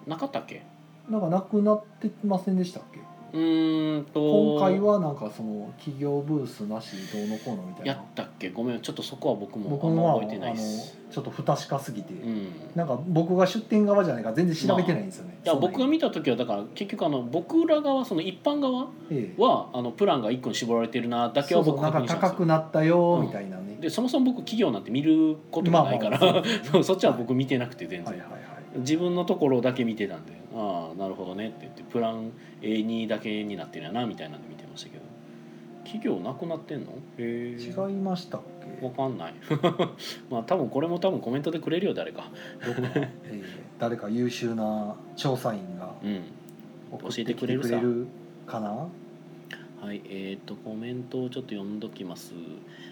A: なかったっけ
B: なんかなくなってませんでしたっけ
A: うーんと
B: 今回はなんかその企業ブースなしどうのこうのみたい
A: やっ
B: な
A: たっけごめんちょっとそこは僕も
B: 僕
A: あん
B: の
A: ま
B: はあ
A: 覚えてない
B: の
A: です
B: ちょっと不確かすぎて、
A: うん
B: なんか僕が出店側じゃないから全然調べてないんですよね、
A: いや
B: そんなに
A: 僕が見た時はだから結局あの僕ら側その一般側
B: ええ
A: はあのプランが1個に絞られてるなだけ
B: そ
A: は
B: うそう
A: 僕
B: なん
A: 確
B: か
A: 認したんで
B: 高
A: すよ
B: くなったよみたいなね、
A: でそもそも僕企業なんて見ることがないから、
B: まあまあそうですね
A: そうそっちは僕見てなくて全
B: はい
A: 然、
B: はいはい
A: 自分のところだけ見てたんでああなるほどねって言ってプラン A2 だけになってるやなみたいなんで見てましたけど企業なくなってんのへえ
B: 違いましたっけ
A: わかんない まあ多分これも多分コメントでくれるよ誰か
B: どこか、ええ誰か優秀な調査員が
A: うん
B: 送ってきてくれ
A: 教えてくれ
B: るかな
A: はい、えっ、と、コメントをちょっと読んどきます。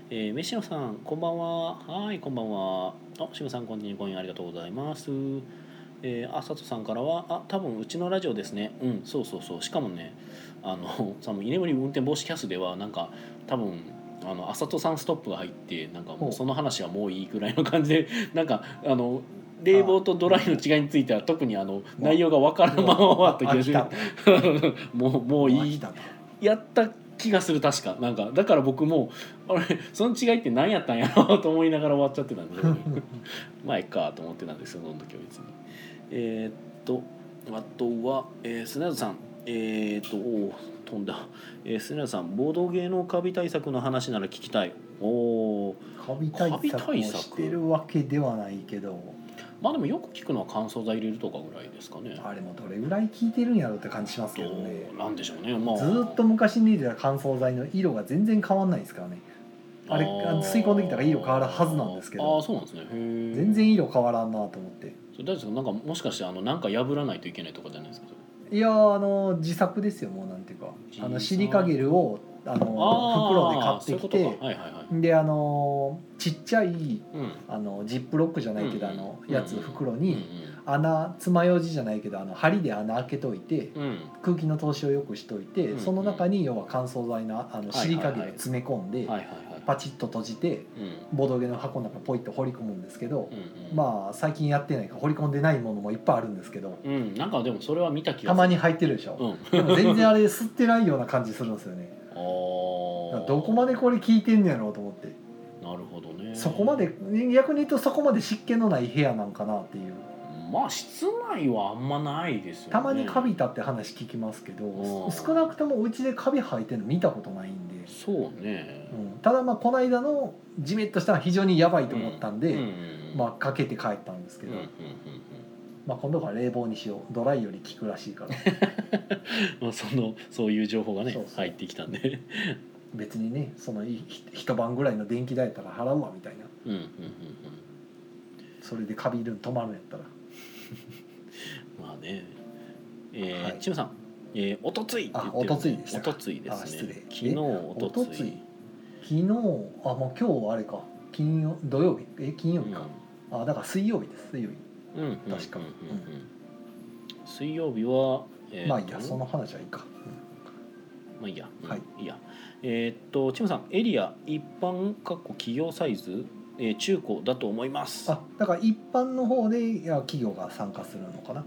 A: えー、飯野さん、こんばんは。はい、こんばんは。あ、しぐさん、こんにちは。ありがとうございます。えー、あさとさんからは、あ、多分うちのラジオですね。うん、そうそうそう。しかもね、あの、その居眠り運転防止キャスでは、なんか、多分。あの、あさとさんストップが入って、なんかも
B: ほ
A: う、
B: う
A: その話はもういいぐらいの感じで、 なんか、あの。冷房とドライの違いについては、特にあの、内容がわからんまま終わった気がする
B: 飽。き た
A: もう、もう
B: 飽
A: い
B: き
A: い
B: たと
A: やった気がする確かなんかだから僕もあれその違いって何やったんやろうと思いながら終わっちゃってたん でまあいっかと思ってたんですよその時は別にえーっとあとは、えー、スナズさんえーっとおー飛んだ、えー、スナズさん暴動芸能カビ対策の話なら聞きたいおおー
B: カビ対策をしてるわけではないけど
A: まあでもよく聞くのは乾燥剤入れるとかぐらいですかね
B: あれもどれぐらい効いてるんやろって感じしますけ
A: ど
B: どね
A: うなんでしょうねまあ
B: ずーっと昔に出た乾燥剤の色が全然変わんないですからねあれ
A: ー
B: 吸い込んできたら色変わるはずなんですけど
A: ああそうなんですねへー
B: 全然色変わらんなと思って
A: それ大丈夫ですかなんかもしかしてあのなんか破らないといけないとかじゃないですかそれ
B: いやーあの自作ですよもうなんていうかあのシリカゲルをあ
A: あ
B: の
A: ー
B: 袋で買ってき
A: そういうこと
B: て
A: かはいはいはい
B: であのちっちゃい
A: うん
B: あのジップロックじゃないけど、
A: うん
B: あ
A: うん
B: のやつ袋に、
A: う
B: 穴爪楊枝じゃないけどあの針で穴開けといて、
A: んうんうん
B: 空気の通しをよくしといて、
A: うん
B: その中に要は乾燥剤のあのシリカゲルを詰め込んで、
A: はいはいはい
B: パチッと閉じ
A: う
B: て
A: ん
B: ボドゲの箱の中ポイッと放り込むんですけど、
A: うんうん
B: まあ最近やってないから放り込んでないものもいっぱいあるんですけど
A: うんなんかでもそれは見た気が
B: たまに入ってるでし
A: う
B: ょ、
A: ん
B: でも全然あれ吸ってないような感じするんですよねだから
A: お
B: どこまでこれ効いてんねやろうと思って
A: なるほどね
B: そこまで逆に言うとそこまで湿気のない部屋なんかなっていう
A: まあ室内はあんまないですよね
B: たまにカビたって話聞きますけど、
A: うん
B: 少なくともお家でカビ生えてるの見たことないんで、
A: そうね
B: うん、ただまあこの間のジメッとしたのは非常にやばいと思ったんで、
A: うんうんうん
B: まあかけて帰ったんですけ
A: うん
B: ど、
A: うんうん
B: まあ今度から冷房にしようドライより効くらし いか
A: う
B: ら
A: んまあそのそういう情報がね
B: そうそう
A: 入ってきたんで
B: 別にねそのいひ一晩ぐらいの電気代やったら払うわみたいな
A: うんうんうんうん
B: それでカビるん止まるんやったら
A: まあね。え
B: は
A: ー、
B: い
A: ちむさん。えー、おとついって言ってる、
B: あおとついでしたか
A: おとついですね。
B: あ失礼
A: 昨日、
B: え
A: おと
B: お
A: つ
B: と
A: い。
B: つい昨日あもう今日あれか金曜土曜日え金曜日か、あだから水曜日です水曜日、
A: うん。うん。
B: 確か
A: うんうんうんうん水曜日は。えーと
B: まあいいやその話はいいか、
A: まあいいや。うん
B: はい
A: いや。えーっと、ちむさん、エリア、一般、かっこ企業サイズ。えー中古だと思います
B: あだから一般の方でいや企業が参加するのかな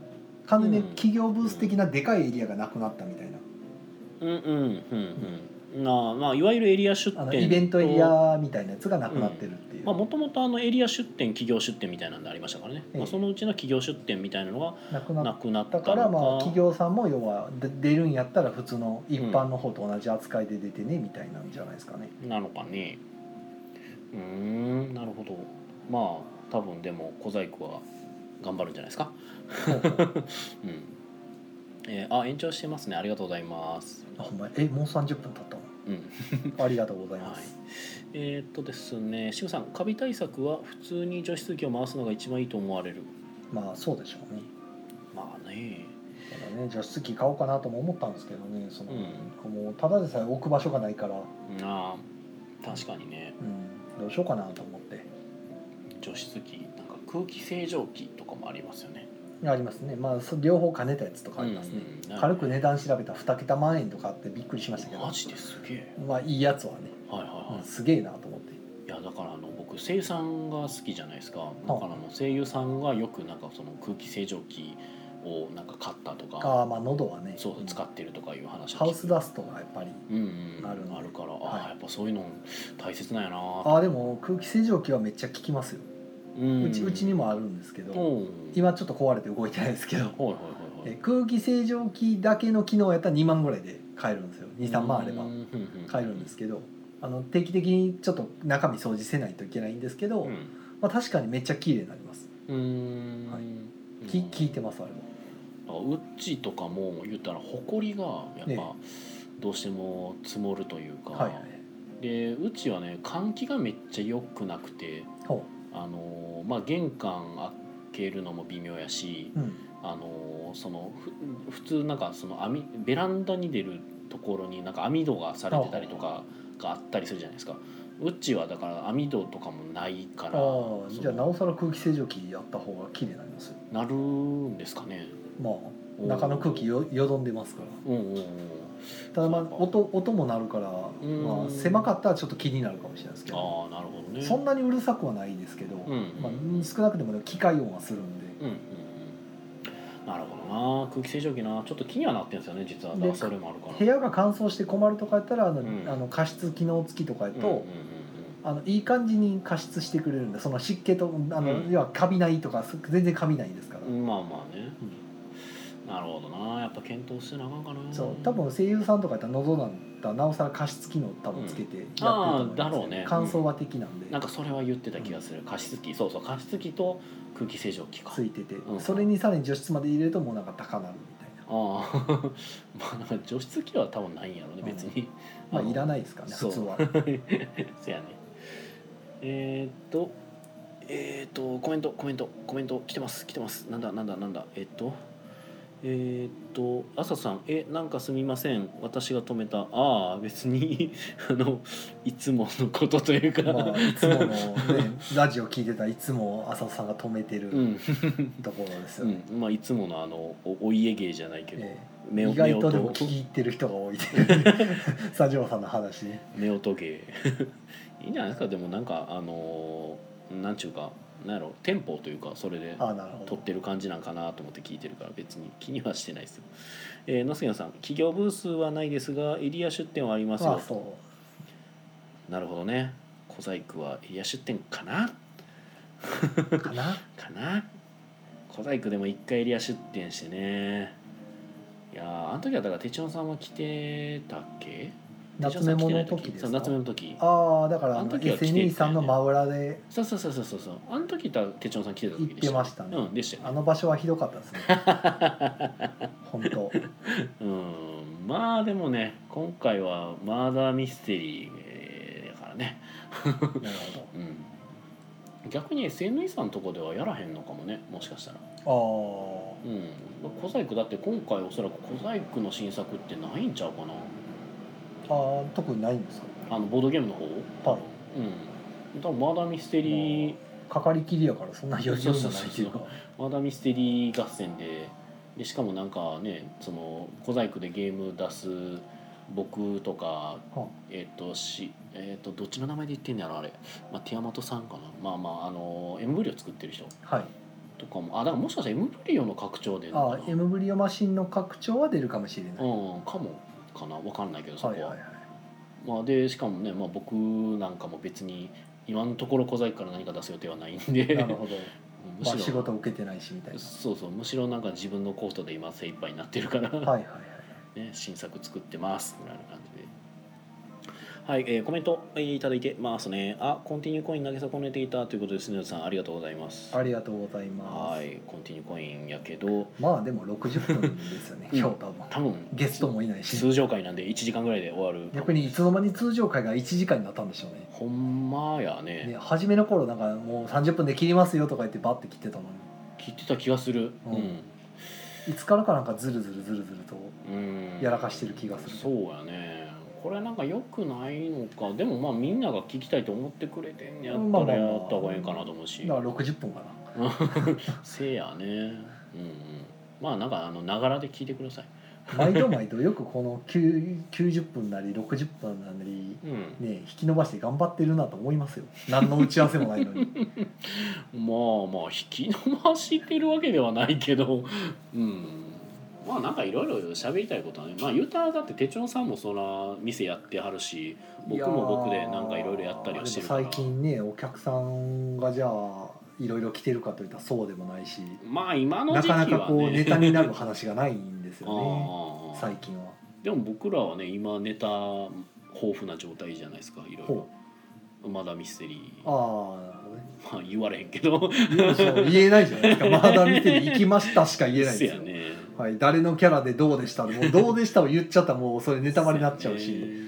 B: 完全に
A: うん
B: 企業ブース的なでかいエリアがなくなったみたいな、
A: うんうんうんうんなあまあいわゆるエリア出
B: あの
A: 店
B: イベントエリアみたいなやつがなくなってるっていう、
A: まあもともとあのエリア出店企業出店みたいなのでありましたからね、
B: ええ
A: まあ、そのうちの企業出店みたいなのが
B: なくな
A: な
B: っ
A: くなった
B: た
A: のか
B: からまあ企業さんも要はで出るんやったら普通の一般の方と同じ扱いで出てねみたいなんじゃないですかね、
A: なのかねうーんなるほどまあ多分でも小細工は頑張るんじゃないですか うん、えーあ延長してますねありがとうございます
B: あほんまやえもう30分経ったの
A: うん
B: ありがとうござい
A: は
B: ま
A: い
B: す、、
A: えーっとですねシグさんカビ対策は普通に除湿機を回すのが一番いいと思われる
B: まあそうでしょうね
A: まあね
B: ただね除湿機買おうかなとも思ったんですけどねその、
A: う
B: もうただでさえ置く場所がないから、
A: あー確かにね
B: うん、どうしようかなと思って
A: 除湿機なんか空気清浄機とかもありますよね
B: ありますねまあそ両方兼ねたやつとかありますね、
A: うんうん
B: 軽く値段調べたら2桁万円とかあってびっくりしましたけど
A: マジですげえ
B: まあいいやつはね、
A: はいはいはい、
B: うんすげえなと思って
A: いやだからあの僕声優さんが好きじゃないですかだからもう声優さんがよくなんかその空気清浄機をなんか買ったと
B: あ
A: か
B: あまあ喉はね
A: そう使
B: ん
A: ってるとかいう話を聞く
B: ハウスダストがやっぱり
A: うんうんあ
B: あ
A: る
B: るんで
A: からああ
B: はい
A: やっぱそういうの大切なんやな
B: ああでも空気清浄機はめっちゃ効きますよ、
A: う
B: うんちうちにもあるんですけど、
A: うん
B: 今ちょっと壊れて動いてないですけど、
A: はいはいはいはい
B: え空気清浄機だけの機能やったら2万ぐらいで買えるんですよ23万あれば買えるんです
A: け
B: けどあの定期的にちょっと中身掃除せないといけないんですけど、
A: うん
B: まあ、確かにめっちゃ綺麗になります、
A: うん
B: はい
A: うん
B: き聞いてますあれも
A: うちとかも言ったら埃がやっ
B: ね
A: ぱどうしても積もるというか、
B: はいはい
A: でうちはね換気がめっちゃ良くなくて
B: ほ
A: あのーまあ玄関開けるのも微妙やし
B: う、うん、
A: あのーそのふ普通なんかその網ベランダに出るところになんか網戸がされてたりとかがあったりするじゃないですかうちはだから網戸とかもないから
B: ああ
A: その
B: じゃあなおさら空気清浄機やった方が綺麗になりますよ
A: なるんですかね
B: まあ中の空気よよどんでますから
A: うんうんうん
B: ただまあ
A: そうか
B: 音音も鳴るから、
A: ん
B: まあ、狭かったらちょっと気になるかもしれないですけど、
A: ああなるほどね
B: そんなにうるさくはないですけど、
A: うん
B: まあ、少なくてもね機械音はするんで
A: うんうんうんなるほどな空気清浄機なちょっと気にはなってるんですよね実はだから
B: で
A: それもあるから
B: 部屋が乾燥して困るとかやったらあの、
A: うん
B: あの加湿機能付きとかやと、
A: うんうんうん
B: あのいい感じに加湿してくれるんでその湿気とあの、
A: うん
B: 要はカビないとかす全然カビないですから、
A: うんまあまあね、なるほどなやっぱ検討してなあかんかな
B: そう多分声優さんとかやったら喉なんだなおさら加湿機能多分つけてやってると思います、
A: あーだろうねうん
B: 乾燥は的なんで、
A: なんかそれは言ってた気がする加湿器そうそう加湿器と空気清浄機か
B: ついてて、
A: うん
B: それにさらに除湿まで入れるともうなんか高なるみたいな
A: ああ まあなんか除湿器は多分ないんやろね別に、
B: まあいら
A: い
B: ないですからね
A: そう
B: 普通は
A: そやねえー、っとえー、っとコメントコメントコメント来てます来てますなんだなんだなんだえーっとえー、っと朝さん「えなんかすみません私が止めたああ別に あのいつものことというか、
B: まあいつもの、ね、ラジオ聞いてたらいつも浅田さんが止め て
A: う
B: る
A: ん
B: ところですよね、
A: うんまあ、いつものあのおお家芸じゃないけど、
B: え
A: 目
B: え
A: を
B: 意外とで
A: 目
B: も
A: 音
B: 聞き入ってる人が多い という佐治郎さんの話ね
A: 目音芸 いいんじゃないですかでもなんかあのーなんちゅうかなんやろテンポというかそれで
B: ああなるほ
A: 撮っ
B: ど
A: てる感じなんかなと思って聞いてるから別に気にはしてないですよ、えー、のすけのさん企業ブースはないですがエリア出店はあります
B: ああ
A: よ
B: そ
A: なるほどね小細工はエリア出店かな
B: うかな
A: かな小細工でも一回エリア出店してねいやーあの時はだから手帳さんは来てたっけ
B: 夏メモの時です
A: そう
B: か
A: 夏メモの時
B: ああだから
A: あ
B: あ
A: の
B: の
A: 時は来てたよね
B: SNE さんの真裏で
A: そうそうそうそうそうそうあの時た手帳さん来てた時でした
B: 行ってましたね
A: うんでしたよ
B: あの場所はひどかったです ね本当
A: うんまあでもね今回はマーダーミステリーえーだからね
B: なるほ
A: うん逆に SNE さんのとこではやらへんのかもねもしかしたら
B: どあ
A: うん小細工だって今回おそらく小細工の新作ってないんちゃうかな
B: ーあー特にないんですか
A: あのボードゲームの方
B: はい
A: うん多分マーダーミステリー
B: かかりきりやからそんな余裕もないと
A: そ
B: いう
A: うそうそう
B: か
A: マダミステリー合戦ででしかもなんかねその小細工でゲーム出す僕とか
B: は
A: えっ、としえっ、とどっちの名前で言ってんねやろあれ、まあ、ティアマトさんかなまあまああの M ブリオ作ってる人
B: はい
A: とかもあだからもしかしたら M ブリオの拡張でなの
B: あ
A: かな
B: M ブリオマシンの拡張は出るかもしれない、
A: う
B: は
A: んかもかな分かんないけど
B: い
A: そこ
B: は
A: は、
B: いはい
A: まあ、でしかもね、まあ、僕なんかも別に今のところ小細工から何か出す予定はないんで
B: なるほど、
A: うん む
B: ま
A: し
B: あ、
A: ろ
B: 仕事受けてないしみたいな
A: そうそうむしろなんか自分のコストで今精一杯になってるから、
B: はいはいはい
A: ね、新作作ってますみたいな感じで。はい、えーコメントえーいただいてますね。あ、コンティニューコイン投げ損ねていたということですね。さん、ありがとうございます。
B: ありがとうございます
A: はい、コンティニューコインやけど、
B: まあでも60分ですよね
A: うん
B: 今日多分
A: 多分
B: ゲストもいないし
A: 通常回なんで1時間ぐらいで終わる。
B: 逆にいつの間に通常会が1時間になったんでしょう
A: ほんまやね
B: ねね初めの頃なんかもう30分で切りますよとか言ってバッて切ってたの
A: 聞いてた気がする。う
B: う
A: ん
B: ん。にいつからかなんかズルズルズルズルと
A: うん。
B: やらかしてる気がする
A: そうやね。これなんか良くないのか。でもまあみんなが聞きたいと思ってくれてんやったらやった方がいいかなと思うし。
B: だから60分かな
A: せやね、うんうん、まあなんかあのながらで聞いてください、
B: 毎度毎度よくこの9 90分なり60分なり
A: うん、
B: ね引き伸ばして頑張ってるなと思いますよ何の打ち合わせもない のに
A: まあまあ引き伸ばしてるわけではないけど、うん、まあなんかいろいろ喋りたいことはねまあ言うたらだって手帳さんもそら店やってはるし僕も僕でなんかいろいろやったりはしてるか
B: い
A: ら
B: やーでも最近ねお客さんがじゃあいろいろ来てるかといったらそうでもないし、
A: まあ今の
B: な
A: 時期
B: か
A: は
B: な
A: ね
B: かこうネタになる話がないんです
A: あ
B: よね
A: ー
B: 最近は。
A: でも僕らはね今ネタ豊富な状態じゃないですかいろい
B: ほ
A: ろまだミステリー
B: ああなるほどね
A: まあ言われへんけど
B: 言うそう言えないじゃないですか「まだ見て行きました」しか言えない
A: せ
B: で
A: や
B: すよ。
A: ね
B: はい、誰のキャラでどうでしたもうどうでしたを言っちゃったらもうそれネタバレになっちゃうし。い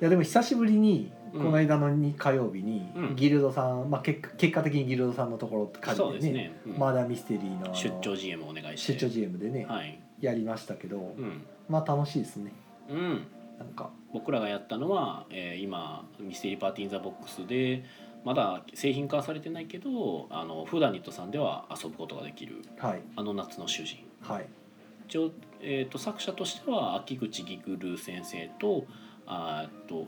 B: やでも久しぶりに
A: う
B: こ
A: ん
B: の間のに火曜日に
A: うん
B: ギルドさん、まあ、結果結果的にギルドさんのところって
A: そうやねそ
B: 感
A: うで
B: じ
A: す
B: でね
A: ね、うん
B: マーダーミステリーのあの
A: 出張 GM お願いして
B: 出張 GM でね、
A: はい
B: やりましたけど、
A: うん、
B: まあ楽しいですね
A: うん、
B: なんか
A: 僕らがやったのは、えー今「ミステリーパーティー・イン・ザ・ボックスで」まだ製品化されてないけどあのフーダニットさんでは遊ぶことができる
B: はい
A: 「あの夏の囚人
B: はい」
A: 一応、えー、と作者としては秋口ギグル先生とあーえっと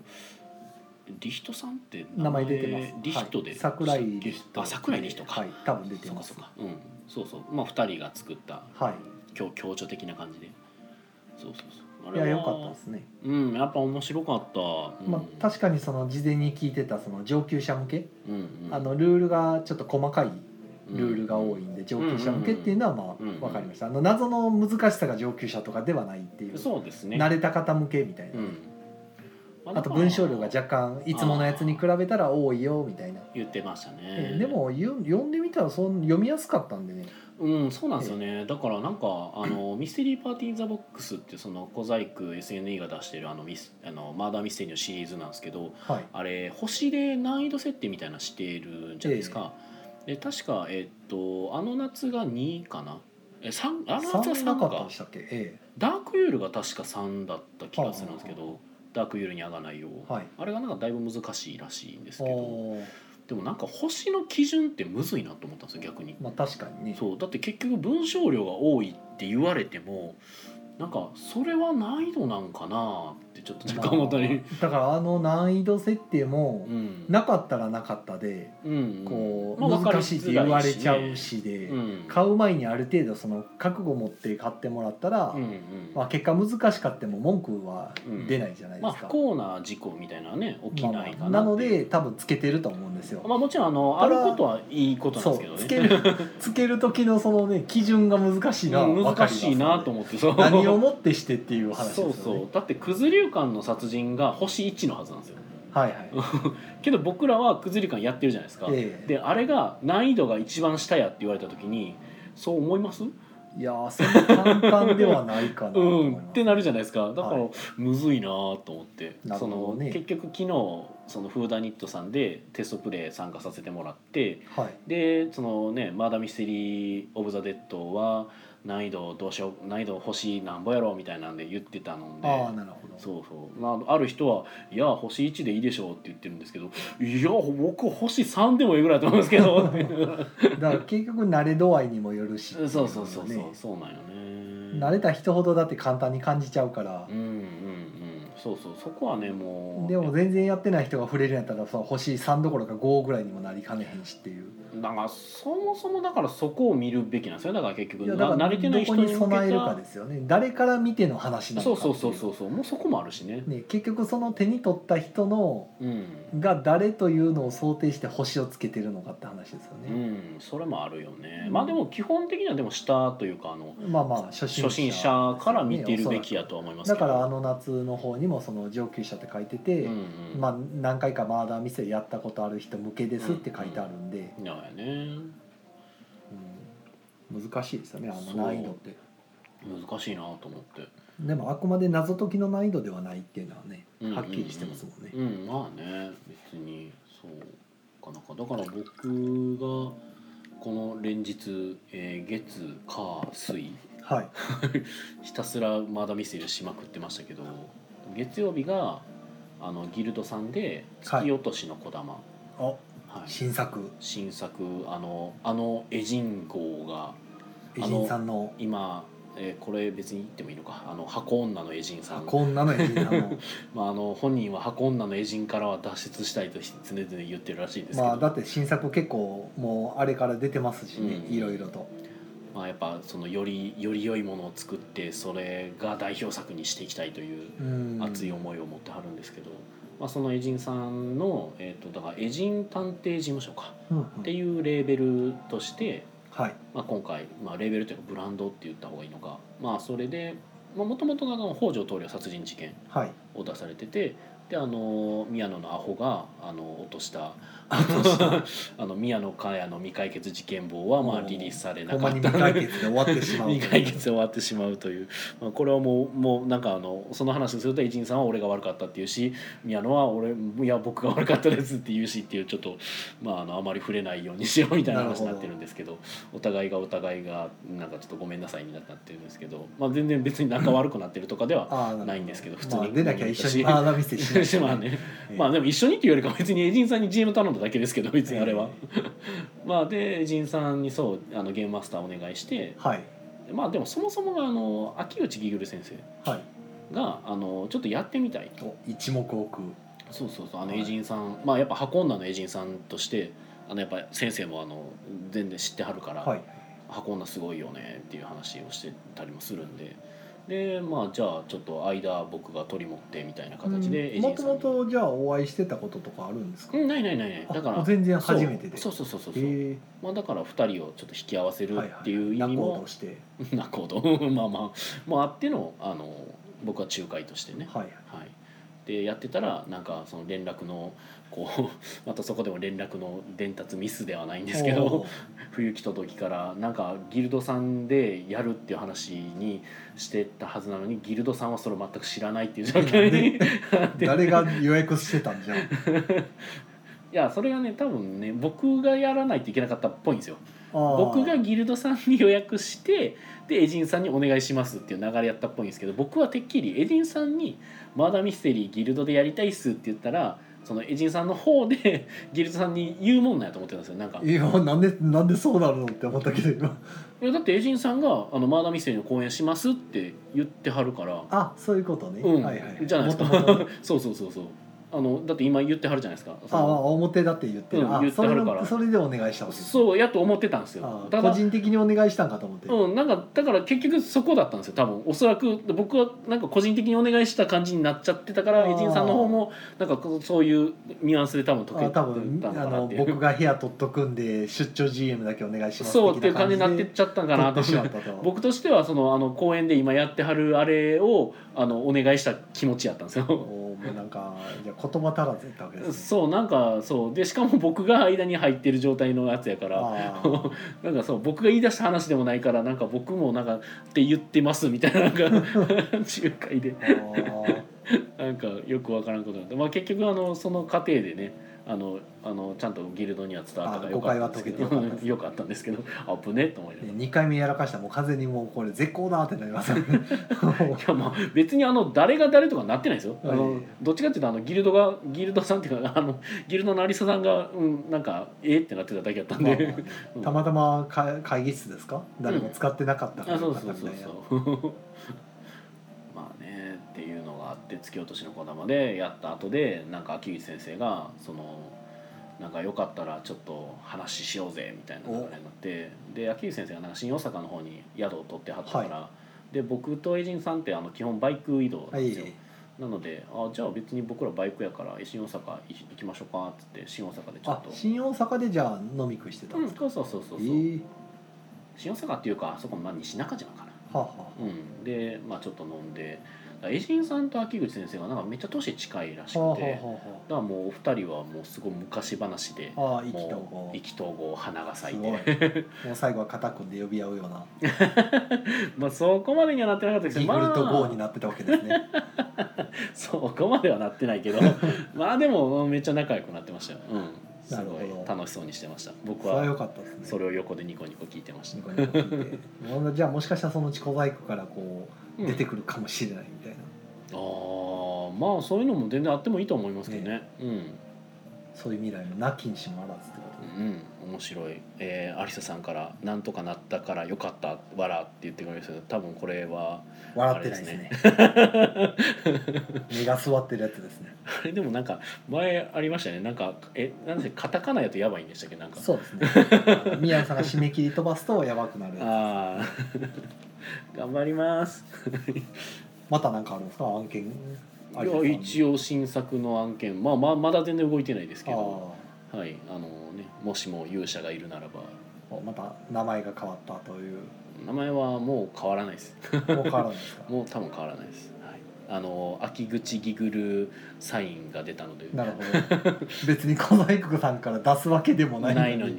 A: リヒトさんって
B: 名前出てます
A: リヒトで、
B: はい、桜井リヒト
A: あ桜井リヒトか、
B: はい多分出て
A: そうか
B: ます
A: そうかうんそうそうまあ2人が作った
B: はい
A: 強強調的な感じでそうそうそうあ
B: いや良かったですね、
A: うんやっぱ面白かった、うん、
B: まあ、確かにその事前に聞いてたその上級者向け、
A: うんうん
B: あのルールがちょっと細かいルールが多いんで上級者向けっていうのはま
A: うんうんうん
B: あ分かりましたあの謎の難しさが上級者とかではないっていう
A: そうですね
B: 慣れた方向けみたいな、
A: うんま
B: あと文章量が若干いつものやつに比べたら多いよみたいな、
A: 言ってましたね
B: えーでもゆ読んでみたらそん読みやすかったんでね
A: うんそうなんですよねだからなんかあのミステリーパーティー・イン・ザ・ボックスってその小細工 SNE が出してるあのミスあのマーダーミステリーのシリーズなんですけど
B: はい
A: あれ星で難易度設定みたいなのしてるじゃないですか、で確かえっとあの夏が2かなえ三あの夏が
B: 3な
A: 3
B: か
A: か
B: ったでしたっけえ
A: ダークユールが確か3だった気がするんですけど、ダークユールに上がないよう、
B: えはい
A: あれがなんかだいぶ難しいらしいんですけど
B: おー
A: でもなんか星の基準ってむずいなと思ったんですよ逆に
B: まあ確かにね
A: そうだって結局文章量が多いって言われてもなんかそれは難易度なんかなってちょっと若干思ったり、
B: まあだからあの難易度設定も
A: うん
B: なかったらなかったで、
A: うん
B: こう、
A: まあ
B: 難しいって言われちゃ
A: わかりづら
B: う
A: いし
B: しで、
A: ねうん
B: 買う前にある程度その覚悟持って買ってもらったら、
A: うんうん
B: まあ、結果難しかっても文句は出ないじゃないで
A: まあ
B: す
A: 不
B: か。
A: 幸な事故みたいなね起き
B: まあ
A: ない
B: ま
A: か
B: あ
A: な
B: な
A: っ
B: の
A: ていう
B: で多分つけてると思うんですよ。
A: まあもちろんあのあ
B: た
A: る
B: だ
A: ことはいいことなんですけどね
B: つけ るつける時のそのね基準が難しいな、
A: うん
B: わ
A: 難
B: かります
A: しいなと思ってそう
B: 何をもってしてっていう話です
A: そ
B: よ
A: う
B: ね。
A: そうだってクズ流館の殺人が星1のはずなんですよ
B: はいはい。
A: けど僕らはクズ流館やってるじゃないですか、
B: ええ
A: であれが難易度が一番下やって言われた時にそう思います
B: いやーそんな簡単ではないかなと
A: う
B: 思い
A: ん
B: ま
A: っ
B: す。
A: てなるじゃないですかだから、
B: は
A: むずいなと思って、
B: なる
A: そ
B: ほ
A: の
B: どね
A: 結局昨日そのフーダニットさんでテストプレイ参加させてもらって
B: はい。
A: でそのねマーダーミステリー・オブ・ザ・デッドは難易度どうしよう難易度星なんぼやろうみたいなんで言ってたので
B: ああなるほど。
A: そうそうまあある人は「いや星1でいいでしょ」って言ってるんですけど「いや僕星3でもいいぐらいだと思うんですけど」
B: だから結局慣れ度合いにもよるし、
A: そうそうそうそう、
B: ね
A: そうなんよね
B: 慣れた人ほどだって簡単に感じちゃうから
A: うんうんうんそうそうそこはねもう
B: でも全然やってない人が触れるんやったらさ星3どころか5ぐらいにもなりかねへんしっていう
A: だからそもそもだからそこを見るべきなんですよだから結局
B: いやだ
A: な
B: から
A: 慣れてない
B: ど
A: 人
B: こ
A: に
B: に
A: 向け
B: 備えるか
A: た
B: ですよね誰から見ての話なのか
A: そ
B: っ
A: う
B: てい
A: そうそうそうそうもうそこもあるしね
B: ね、結局その手に取った人の
A: うん、
B: が誰というのを想定して星をつけてるのかって話ですよ
A: う
B: ね、
A: ん、それもあるよね、
B: うん
A: まあでも基本的にはでも下というかあの
B: まあまあ初心者,、
A: 初心者から見ているべきや
B: と
A: とは思います
B: だ
A: けど
B: からあの夏の方にもその上級者って書いてて、
A: うんうん
B: まあ、何回かマーダー店やったことある人向けですって書いてあるんで、
A: いやね
B: うん難しいですよねあ
A: そう
B: の難易度って
A: 難しいなと思って
B: でもあくまで謎解きの難易度ではないっていうのはね
A: うん
B: はっきりしてますもんね、
A: うんまあね別にそうかなんかだから僕がこの連日、えー月火水
B: はい
A: ひたすらまだミス入れしまくってましたけど月曜日があのギルドさんで
B: はい
A: 月落としの小玉、は
B: お
A: い
B: 新作
A: 新作あのあのエジン号が
B: エジンさんの
A: 今、えーこれ別に言ってもいいのかあの箱女のエジンさ
B: あ
A: ん
B: こんなのエジンさん の
A: まあ、あの本人は箱女の偉人からは脱出したいと常々言ってるらしいんですけど、
B: ま
A: ま
B: あ
A: あ、
B: だって新作結構もうあれから出てますしね、
A: うん
B: いろいろと
A: やっぱそのよりより良いものを作ってそれが代表作にしていきたいという
B: うん
A: 熱い思いを持ってはるんですけど、まあ、その偉人さんの、えー、とだから偉人探偵事務所か
B: うんうん
A: っていうレーベルとして、
B: はい
A: まあ、今回、まあ、レーベルというかブランドって言った方がいいのか、まあ、それでもともと北条棟梁殺人事件
B: はい
A: を出されててであの宮野のアホがあの落とした あの宮野佳也の未解決事件簿はまあ
B: おー
A: リリースされな
B: ほん
A: か
B: ま
A: っ
B: に
A: た
B: 未解決で終わってしまうという
A: 未解決で終わってしまうという、まあ、これはもうもうなんかあのその話をすると偉人さんは俺が悪かったっていうし宮野は俺いや僕が悪かったですって言うしっていうちょっと、まあ、あのあまり触れないようにしようみたいな話になってるんですけどお互いがお互いがなんかちょっとごめんなさいになってるんですけど、まあ、全然別に仲悪くなってるとかでは
B: あー
A: ないんですけど普
B: る
A: 通
B: ほ
A: に
B: まあ、出なきゃ一 緒にマーダー店しない
A: まあね、まあでも一緒にっていうよりかは別にエジンさんに GM 頼んだだけですけど別にあれは、まあでエジンさんにそうあのゲームマスターお願いして
B: はい
A: まあでもそもそもがあの秋内ギグル先生
B: はい
A: があのちょっとやってみたい
B: お一目置く
A: そうそうそうあの
B: はい
A: エジンさん、まあやっぱ箱女のエジンさんとしてあのやっぱ先生もあの全然知ってはるから、
B: はい
A: 箱女すごいよねっていう話をしてたりもするんで。でまあ、じゃあちょっと間僕が取り持ってみたいな形でエジ
B: も
A: ンさ
B: と
A: んに、
B: もとじゃあお会いしてたこととかあるんですか
A: うんないないないないだから
B: あ全然初めてで
A: そうそうそうそうそう、
B: へ
A: まあ、だから2人をちょっと引き合わせ
B: え
A: るっていう意
B: 仲
A: 味
B: 人
A: も
B: をして
A: 仲人、 仲人まあまあもあってのあの僕は仲介としてね、
B: はい
A: はい、でやってたらなんかその連絡のこう またそこでも連絡の伝達ミスではないんですけど
B: おー
A: 冬木と時からなんかギルドさんでやるっていう話にしてたはずなのにギルドさんはそれを全く知らないっていう状況になって
B: 誰が予約してた んじゃん
A: いやそれがね多分ね僕がやらないといけなかったっぽいんですよ僕
B: 僕
A: がギルドさんに予約してでエジンさんにお願いしますっていう流れやったっぽいんですけど僕はてっきりエジンさんに「マーダーミステリーギルドでやりたいっす」って言ったらそのエジンさんの方で ギルドさんに言うもんなんやと思ってたんですよなんか
B: いやなんでなんでそうなるのって思ったけど今
A: いやだってエジンさんがあの「マーダーミステリーの公演します」って言ってはるから
B: あそういうことね、
A: うん、
B: はいはい
A: じゃないです
B: もともと
A: かそうそうそうそうあのだって今言ってはるじゃないですかそ
B: ああ
A: の
B: 表だって言ってる、
A: うん
B: あ
A: 言って
B: そ
A: は
B: れ
A: るから
B: のそれでお願いしたわけです
A: そうやと思ってたんです
B: あ
A: よた
B: 個
A: だ
B: 人的にお願いしたんかと思って、
A: うん、なんかだから結局そこだったんですよ多分おそらく僕はなんか個人的にお願いした感じになっちゃってたから
B: あー
A: エジンさんの方もなんかこうそういうニュアンスで多分解け
B: あ
A: てた
B: 多
A: の
B: 分
A: か
B: あ
A: な
B: の
A: っていう
B: 僕が部屋取っとくんで出張 GM だけお願いします
A: そうっていう感じになってっ
B: 的
A: ちゃったんか
B: 感
A: な
B: じで取ってしまっ
A: と
B: たと
A: 僕としてはそのあの公演で今やってはるあれをあのお願いした気持ちやったんですよ。
B: おーもうなんかじゃあ言葉足らずやったわけですね
A: そうなんかそうでしかも僕が間に入ってる状態のやつやから
B: あー
A: なんかそう僕が言い出した話でもないからなんか僕もなんかって言ってますみたいななんか 仲介で
B: あー
A: なんかよくわからんことになって、まあ、結局あのその過程でねあのあのちゃんとギルドには伝わったから
B: あ
A: よかったんですけ
B: 誤解は解けてよかったで
A: ど
B: す
A: よかったんですけどあぶねえと思いながら。
B: 2回目やらかしたらもう完全にもうこれ絶好だってなりますよ ね
A: いやまあ別にあの誰が誰とかなってないですよ、あ
B: は
A: の
B: い
A: どっちかっていうとあのギルドがギルドさんっていうかあのギルドのアリサさんが、うん、なんかええってなってただけだったん
B: まあまあ
A: で、うん
B: たまたま会会議室ですか誰も使ってなかったか
A: あ
B: ら
A: そ
B: よ
A: う
B: かっ
A: そ
B: た
A: う
B: み
A: そ
B: た
A: う
B: いな
A: そう まあねっていうのがあって突き落としの小玉でやった後でなんか秋口先生がそのなんかよかったらちょっと話しようぜみたいな流れになってで秋口先生がなんか新大阪の方に宿を取ってはったから、で僕とエイジンさんってあの基本バイク移動なん
B: は
A: ですよ、
B: い
A: なのであじゃあ別に僕らバイクやから新大阪行きましょうかっつって新大阪でちょ
B: あ
A: っと。
B: 新大阪でじゃあ飲み食いしてた
A: うん
B: で
A: ん、
B: すか、
A: そうそうそうそうそう、
B: えー
A: 新大阪っていうかあそこの何西中島かな
B: はあ、は
A: うん、で、まあ、ちょっと飲んで江人さんと秋口先生がなんかめっちゃ年近いらしく
B: あ、
A: て、
B: はあ
A: だ
B: はあ
A: か
B: は
A: らもうお二人はもうすごい昔話で
B: あはああ意気投
A: も
B: 合
A: う意気投合花が
B: す
A: 咲い
B: ごい
A: て
B: もう最後は肩組んで呼び合うような
A: まあそこまでにはなってなかったですけ
B: ジ
A: ど、
B: グルと
A: ま
B: ゴーに
A: あ、
B: なってたわけですね、
A: そこまではなってないけ どまあでもうんめっちゃ仲良くなってましたよ、うん、すご
B: なるほ
A: い
B: ど
A: 楽しそうにしてました僕
B: それは
A: は
B: 良かったですね
A: それを横でニコニコ聞いてました
B: ニコニコ聞いて ほんでじゃあもしかしたらそのチコバイクからこう
A: うん
B: 出てくるかもしれないみたいな、
A: あーまあそういうのも全然あってもいいと思いますけどねうん
B: そういう未来もなきにしもあらずってこ
A: うん、面白い、えー、アリサさんから「なんとかなったからよかった笑」って言ってくれましたけど多分これは
B: と笑ってないですね 目が座ってるやつですね
A: あれでもなんか前ありましたよねなんかえなんでカタカナやとやばいんでしたっけなんか
B: そうですね宮野さんが締め切り飛ばすとやばくなる
A: ああ 頑張ります
B: またなんかあるんですか案件
A: いや一
B: 応
A: 応新作の案件、まあ、まあまだ全然動いてないですけど
B: あ
A: はいあのねもしも勇者がいるならば
B: あまた名前が変わったという
A: 名前はもう変わらないです
B: もう変わらん ですか
A: もう多分変わらないです、はい、あの秋口ギグルサインが出たので
B: なるほど別に小細工さんから出すわけでもない
A: ない のに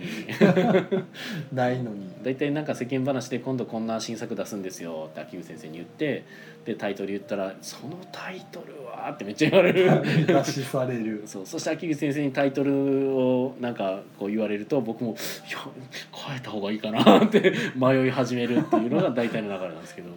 B: ないのに
A: 大体なんか世間話で今度こんな新作出すんですよって秋口先生に言ってでタイトル言ったら「そのタイトルは?」ってめっちゃ言われ る
B: 出しされる
A: そうそして秋口先生にタイトルをなんかこう言われると僕も「いや変えた方がいいかな」って迷い始めるっていうのが大体の流れなんですけど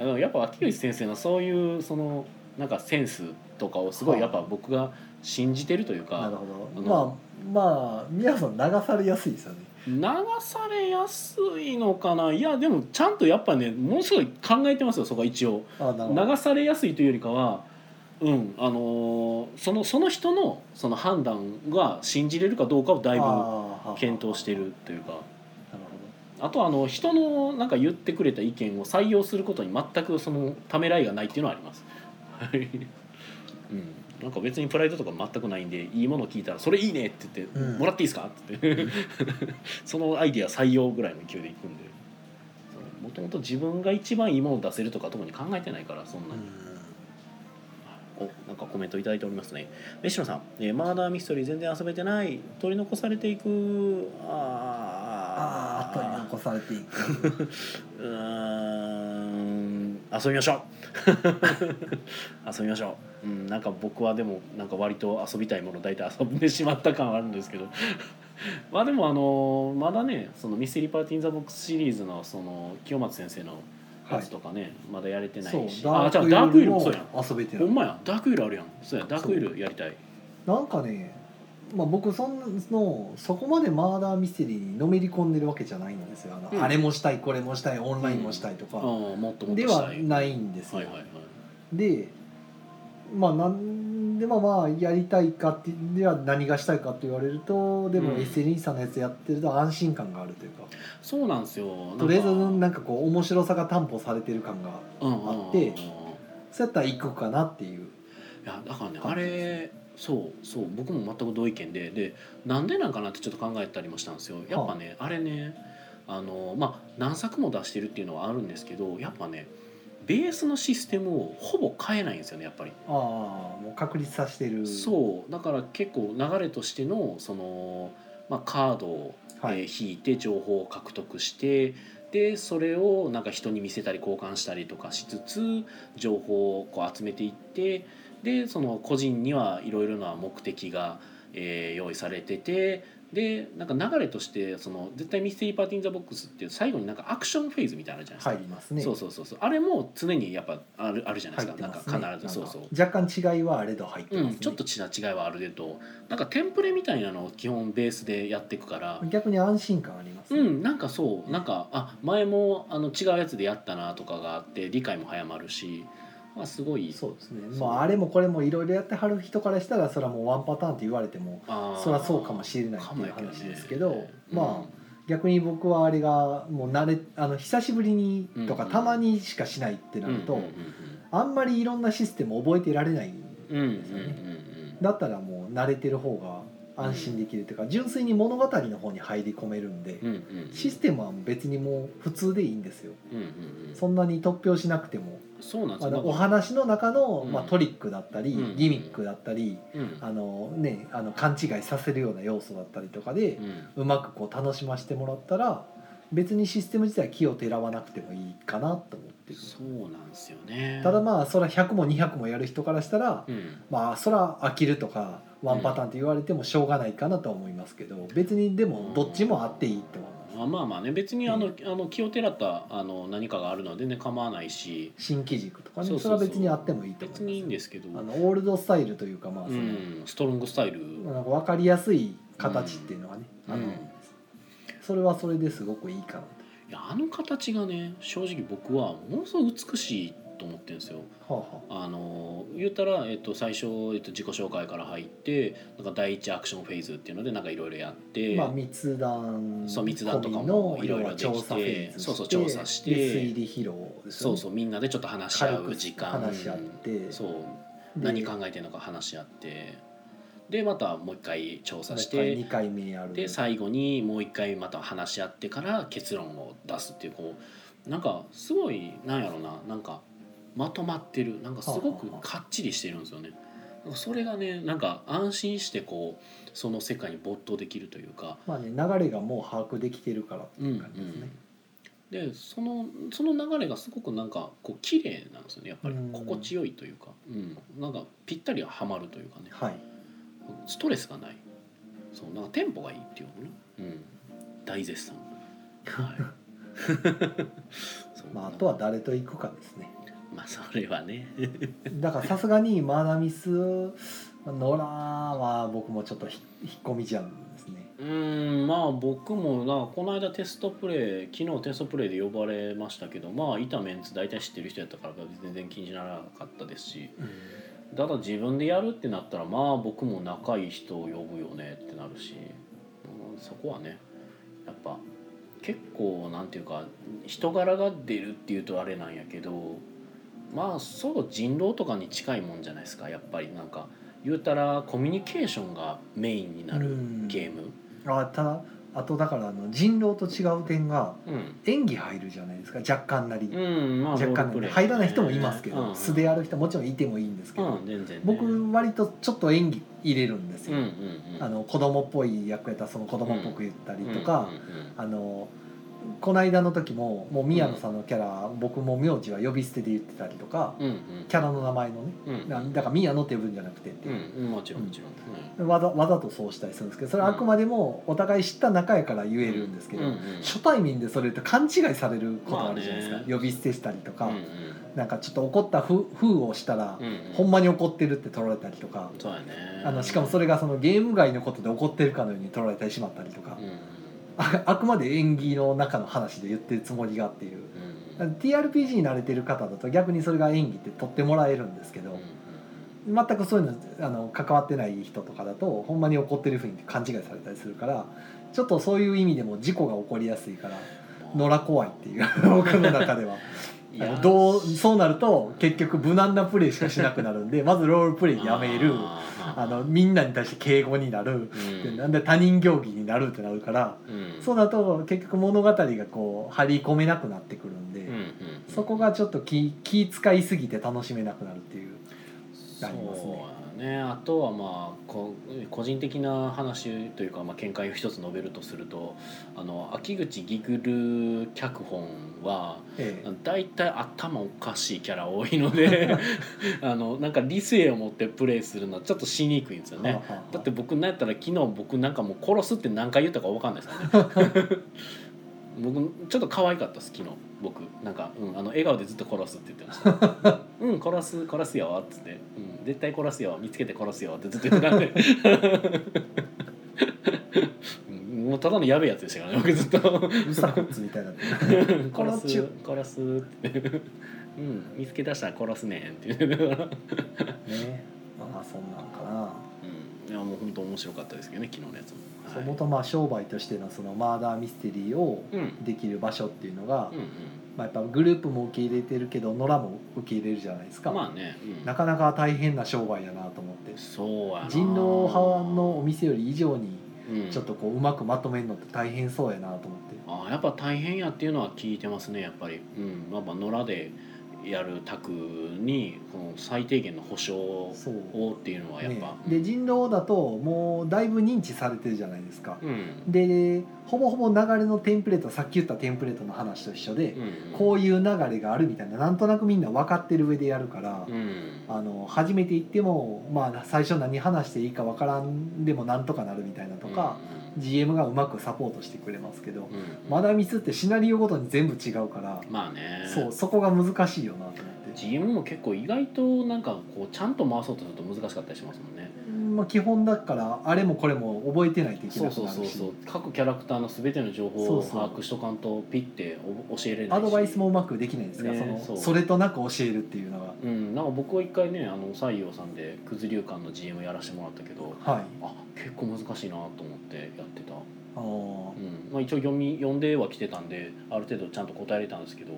A: あのやっぱ秋口先生のそういうそのなんかセンスとかをすごいやっぱ僕が信じてるという
B: な
A: か
B: るほど
A: あ
B: ま
A: の
B: あまあ皆さん流されやすいですよね
A: 流されやすいのかないやでもちゃんとやっぱねものすごい考えてますよそこは一応
B: あなるほど
A: 流されやすいというよりかはうんあのーそのその人のその判断が信じれるかどうかをだいぶ
B: ぶ
A: 検討してるというか
B: なる
A: あとはあの人のなんか言ってくれた意見を採用することに全くそのためらいがないっていうのはあります。はいうん、なんか別にプライドとか全くないんでいいもの聞いたら「それいいね」って言って「
B: うん
A: もらっていいですか?」って言ってそのアイデア採用ぐらいの勢いでいくんでもともと自分が一番いいものを出せるとか特に考えてないからそん
B: ほど
A: なに。
B: うん
A: おなんかコメントいただいておりますね。飯野さん、えーマーダーミステリー全然遊べてない取り残されていくあ
B: ああ後に残されていく
A: うーん遊びましょう 遊びましょう、うん、なんか僕はでもなんか割と遊びたいもの大体遊んでしまった感はあるんですけど まあでもあのまだねそのミステリーパーティー・イン・ザ・ボックスシリーズのその清松先生のやつとかね、まだやれてな
B: そう
A: いし
B: ダ
A: あじゃあダー
B: ー
A: ク
B: ク
A: イール
B: イール
A: も
B: も
A: そうやん
B: 遊べてな
A: ほ
B: い
A: んまやダークイールあるやんそうやダークイールやりたい
B: なんかねまあ、僕そのそこまでマーダーミステリーにのめり込んでるわけじゃないんですよあの、
A: うん
B: あれもしたいこれもしたいオンラインもしたいと
A: ああ
B: か、
A: もっともっと
B: で
A: した
B: はいないんですよ、
A: はいはいはい
B: でまあなんでまあまあやりたいかってでは何がしたいかって言われるとでも
A: うん
B: SNE さんのやつやってると安心感があるというか、
A: そうなんですよなんか
B: とりあえずなんかこう面白さが担保されてる感があって
A: うんうんうんうん
B: そうやったら行くかなっていう
A: いやだからねあ
B: 感じ
A: れそうそう僕も全く同意見ででなんでなんかなってちょっと考えたりもしたんですよやっぱね、あれねあのまあ何作も出してるっていうのはあるんですけどやっぱねベースのシステムをほぼ変えないんですよねやっぱり、
B: ああもう確立させてる
A: そうだから結構流れとしてのその、まあ、カードを、
B: はい
A: えー引いて情報を獲得してでそれをなんか人に見せたり交換したりとかしつつ情報をこう集めていってでその個人にはいろいろな目的が、えー用意されててでなんか流れとしてその絶対ミステリーパーティー・イン・ザ・ボックスっていう最後になんかアクションフェーズみたいなのあるじゃないですか。
B: 入りますね
A: そうそうそうそうあれも常にやっぱあるあるじゃないで
B: 入
A: すか
B: って
A: なん
B: ま
A: か
B: す
A: 必ず
B: ね
A: そうそう
B: なんか若干違いはあれど入ってます
A: う
B: ね、
A: ん、ちょっとちな違いはあるけどなんかテンプレみたいなのを基本ベースでやっていくから、
B: 逆に安心感あります
A: う
B: ね、
A: ん、なんかそうなんかあ前もあの違うやつでやったなとかがあって理解も早まるしまあすごい
B: そうですね
A: そう
B: まああれもこれもいろいろやってはる人からしたらそれはもうワンパターンって言われても
A: あー
B: そりゃそうかもしれないって
A: か
B: い
A: も
B: う
A: やね
B: 話ですけど
A: うん
B: ま逆に僕はあれがもう慣れあの久しぶりにと
A: う
B: か
A: ん
B: たまにしかしないってなると、
A: うん
B: あんまりいろんなシステム覚えてられない
A: うんうんうん
B: ですよね
A: うん
B: だったらもう慣れてる方が安心できるというか、純粋に物語の方に入り込めるんで、
A: うんうんうんうん
B: システムは別にもう普通でいいんですよ、
A: うんうんうん
B: そんなに突拍しなくても
A: そうなんです
B: あ
A: よ
B: のお
A: なんか
B: 話の中の、
A: うん
B: まあ、トリックだったり、
A: うん
B: ギミックだったり
A: うん
B: あの、ね、あの勘違いさせるような要素だったりとかで、
A: うん
B: うまくこう楽しませてもらったら別にシステム自体は木をてらわなくてもいいかなと思ってる
A: そうなんですよね
B: ただまあそら100も200もやる人からしたら、
A: うん
B: まあそら飽きるとかワンパターンって言われてもしょうがないかなとは思いますけど別にでもどっちもあっていいと思います
A: まあまあまあね別にあの、
B: う
A: あの気を照らったあの何かがあるのは全然構わないし
B: 新機軸とかね
A: そう
B: そ
A: そう
B: れ
A: そ
B: は
A: う
B: 別にあってもいいと思います
A: 別にいいんですけど
B: あのオールドスタイルというかまあ
A: う
B: その、
A: ん、ストロングスタイル、
B: なんか分かりやすい形っていうのはね、
A: うん
B: あの
A: うん
B: それはそれですごくいいかない
A: やあの形がね正直僕はものすごく美しいと思ってるんですよ。
B: と、はあは
A: あの言ったら、えっと、最初、えっと、自己紹介から入ってなんか第一アクションフェーズっていうのでなんかいろいろやって、
B: まあ、密談
A: そう密談とかも
B: 込み
A: いろ
B: の
A: いろできて
B: 要は調査フェーズ
A: そうそう調査して
B: で推理披露ですよ
A: そ
B: ね
A: うそうみんなでちょっと話し合う時間
B: 軽く話し合って
A: そう
B: で
A: 何考えてるのか話し合ってでまたもう一回調査し
B: もう一回二
A: て
B: 回目やる
A: で最後にもう一回また話し合ってから結論を出すっていうこうなんかすごいなんやろななんかまとまってるなんかすごくかっちりしてるんですよね。なんかそれがねなんか安心してこうその世界に没頭できるというか
B: まあね流れがもう把握できてるからって
A: うんう
B: い
A: ん
B: う感じですね、
A: でそのその流れがすごくなんかこう綺麗なんですよねやっぱり
B: うん
A: 心地よいというか、うん、なんかぴったりはまるというかね
B: はい
A: ストレスがないそうなんかテンポがいいっていうのね、うん、大絶賛、はい、そう
B: まあ、あとは誰と行くかですね
A: まあそれはね
B: だからさすがにマーダミスノラは僕もちょっとひ引っ込みじゃうんですね
A: うんまあ僕もなこの間テストプレイ昨日テストプレイで呼ばれましたけどまあいたメンツ大体知ってる人やったから全然気にならなかったですしただ自分でやるってなったらまあ僕も仲いい人を呼ぶよねってなるし、うん、そこはねやっぱ結構なんていうか人柄が出るっていうとあれなんやけどまあそう人狼とかに近いもんじゃないですかやっぱりなんか言うたらコミュニケーションがメインになる
B: うん
A: ゲーム。
B: あただあとだからあの人狼と違う点が
A: うん
B: 演技入るじゃないですか若干なり、
A: うんまあ、
B: 若
A: ロー
B: 干
A: ル
B: な
A: プ
B: り、
A: レイ
B: 入らない人もいますけど、
A: うん
B: 素でやる人もちろんいてもいいんですけど、
A: うん全然ね、
B: 僕割とちょっと演技入れるんです
A: うんう
B: よ、
A: んうん、
B: あの子供っぽい役やったらその子供っぽく言ったりとか、
A: うんうん
B: あのこの間の時ももう宮野さんのキャラ、僕も名字は呼び捨てで言ってたりとか、
A: うん
B: キャラの名前のね
A: うんうん
B: なだから宮野って呼ぶんじゃなくてって
A: う
B: い
A: ん
B: う、
A: うん、もちろんもちろん、うん
B: わざわざとそうしたりするんですけどそれはあくまでもお互い知った仲やから言えるんですけど、
A: うんうん
B: 初対面でそれって勘違いされることあるじゃないですか、
A: まあね
B: 呼び捨てしたりとか、
A: うん
B: なんかちょっと怒ったふ風をしたら、
A: うんうん
B: ほんまに怒ってるって取られたりとか、
A: そうやね
B: あのしかもそ
A: れ、
B: れがそのゲーム外のことで怒ってるかのように取られてしまったりとか
A: うん、うん
B: ああくまで演技の中の話で言ってるつもりがっていう
A: うんうん
B: TRPG に慣れてる方だと逆にそれが演技って取ってもらえるんですけど、全くそういうのあの関わってない人とかだとほんまに怒ってるふうに勘違いされたりするからちょっとそういう意味でも事故が起こりやすいから野良怖いっていう僕の中ではあのどうそうなると結局無難なプレイしかしなくなる んでまずロールプレイやめるあのみんなに対して敬語になるでなんで他人行儀になるってなるからそう
A: う
B: なると結局物語がこう張り込めなくなってくるんで、
A: んうん
B: そこがちょっと気気使いすぎて楽しめなくなるっていう。
A: あ
B: ありますね
A: ねあとはまあこ個人的な話というか、まあ、見解を一つ述べるとするとあの秋口ギグル脚本は
B: ええ
A: 大体頭おかしいキャラ多いのであのなんか理性を持ってプレイするのはちょっとしにくいんですよね。
B: はあはあ
A: だって僕なんやったら昨日僕なんかもう殺すって何回言ったか分かんないですからね僕ちょっと可愛かったです昨日僕なんか、うん、あの笑顔でずっと殺すって言ってましたうん殺す殺すよっつって、うん、絶対殺すよ見つけて殺すよってずっと言ってたんでうんもうただのやべえやつでしたからね僕ずっと
B: うさこっつみたいになってる
A: 殺
B: 殺
A: す
B: す
A: 殺すってうん見つけ出したら殺すねんって言ってたから
B: ねまあそんなんかな、
A: うんいやもう本当面白かったですけどね昨日のやつも、
B: そう
A: はい
B: もとまあ商売としてのそのマーダーミステリーを
A: うんうん
B: できる場所っていうのが、
A: うん
B: まあ、やっぱグループも受け入れてるけど野良も受け入れるじゃないですか、
A: まあね、うん、
B: なかなか大変な商売やなと思って
A: そうやな
B: 人狼派のお店より以上に
A: うん
B: ちょっとこううまくまとめるのって大変そうやなと思って、
A: あーやっぱ大変やっていうのは聞いてますねやっぱり、うん、やっぱ野良でやる宅にこの最低限の保障を
B: そう
A: っていうのはやっ
B: ね
A: ぱ、、
B: で人狼だともうだいぶ認知されてるじゃないですか、
A: うん、
B: でほぼほぼ流れのテンプレートさっき言ったテンプレートの話と一緒で、
A: うん、
B: こういう流れがあるみたいななんとなくみんな分かってる上でやるから、
A: うん、
B: あの初めて行っても、まあ、最初何話していいか分からんでもなんとかなるみたいなとか、GM がうまくサポートしてくれますけど、
A: うん、うん
B: マダミスってシナリオごとに全部違うから、
A: まあね
B: そうそこが難しいよなと思って、
A: GM も結構意外となんかこうちゃんと回そうとすると難しかったりしますもんね
B: まあ、基本だからあれもこれも覚えてないといけ
A: そ
B: な
A: う
B: く
A: そう
B: な
A: そ
B: る
A: う
B: し
A: そう各キャラクターの全ての情報
B: そ
A: を
B: うそう
A: 把握しとかんとピッてお教えれないし
B: アドバイスもうまくできないんですが、
A: ね
B: その
A: そう
B: それとなく教えるっていうのが
A: うん、なんか僕は一回ねあの西洋さんで「くず流館」の GM やらせてもらったけど
B: はい
A: あ結構難しいなと思ってやってた、う
B: あのー
A: んまあ、一応読み読んでは来てたんである程度ちゃんと答えれたんですけど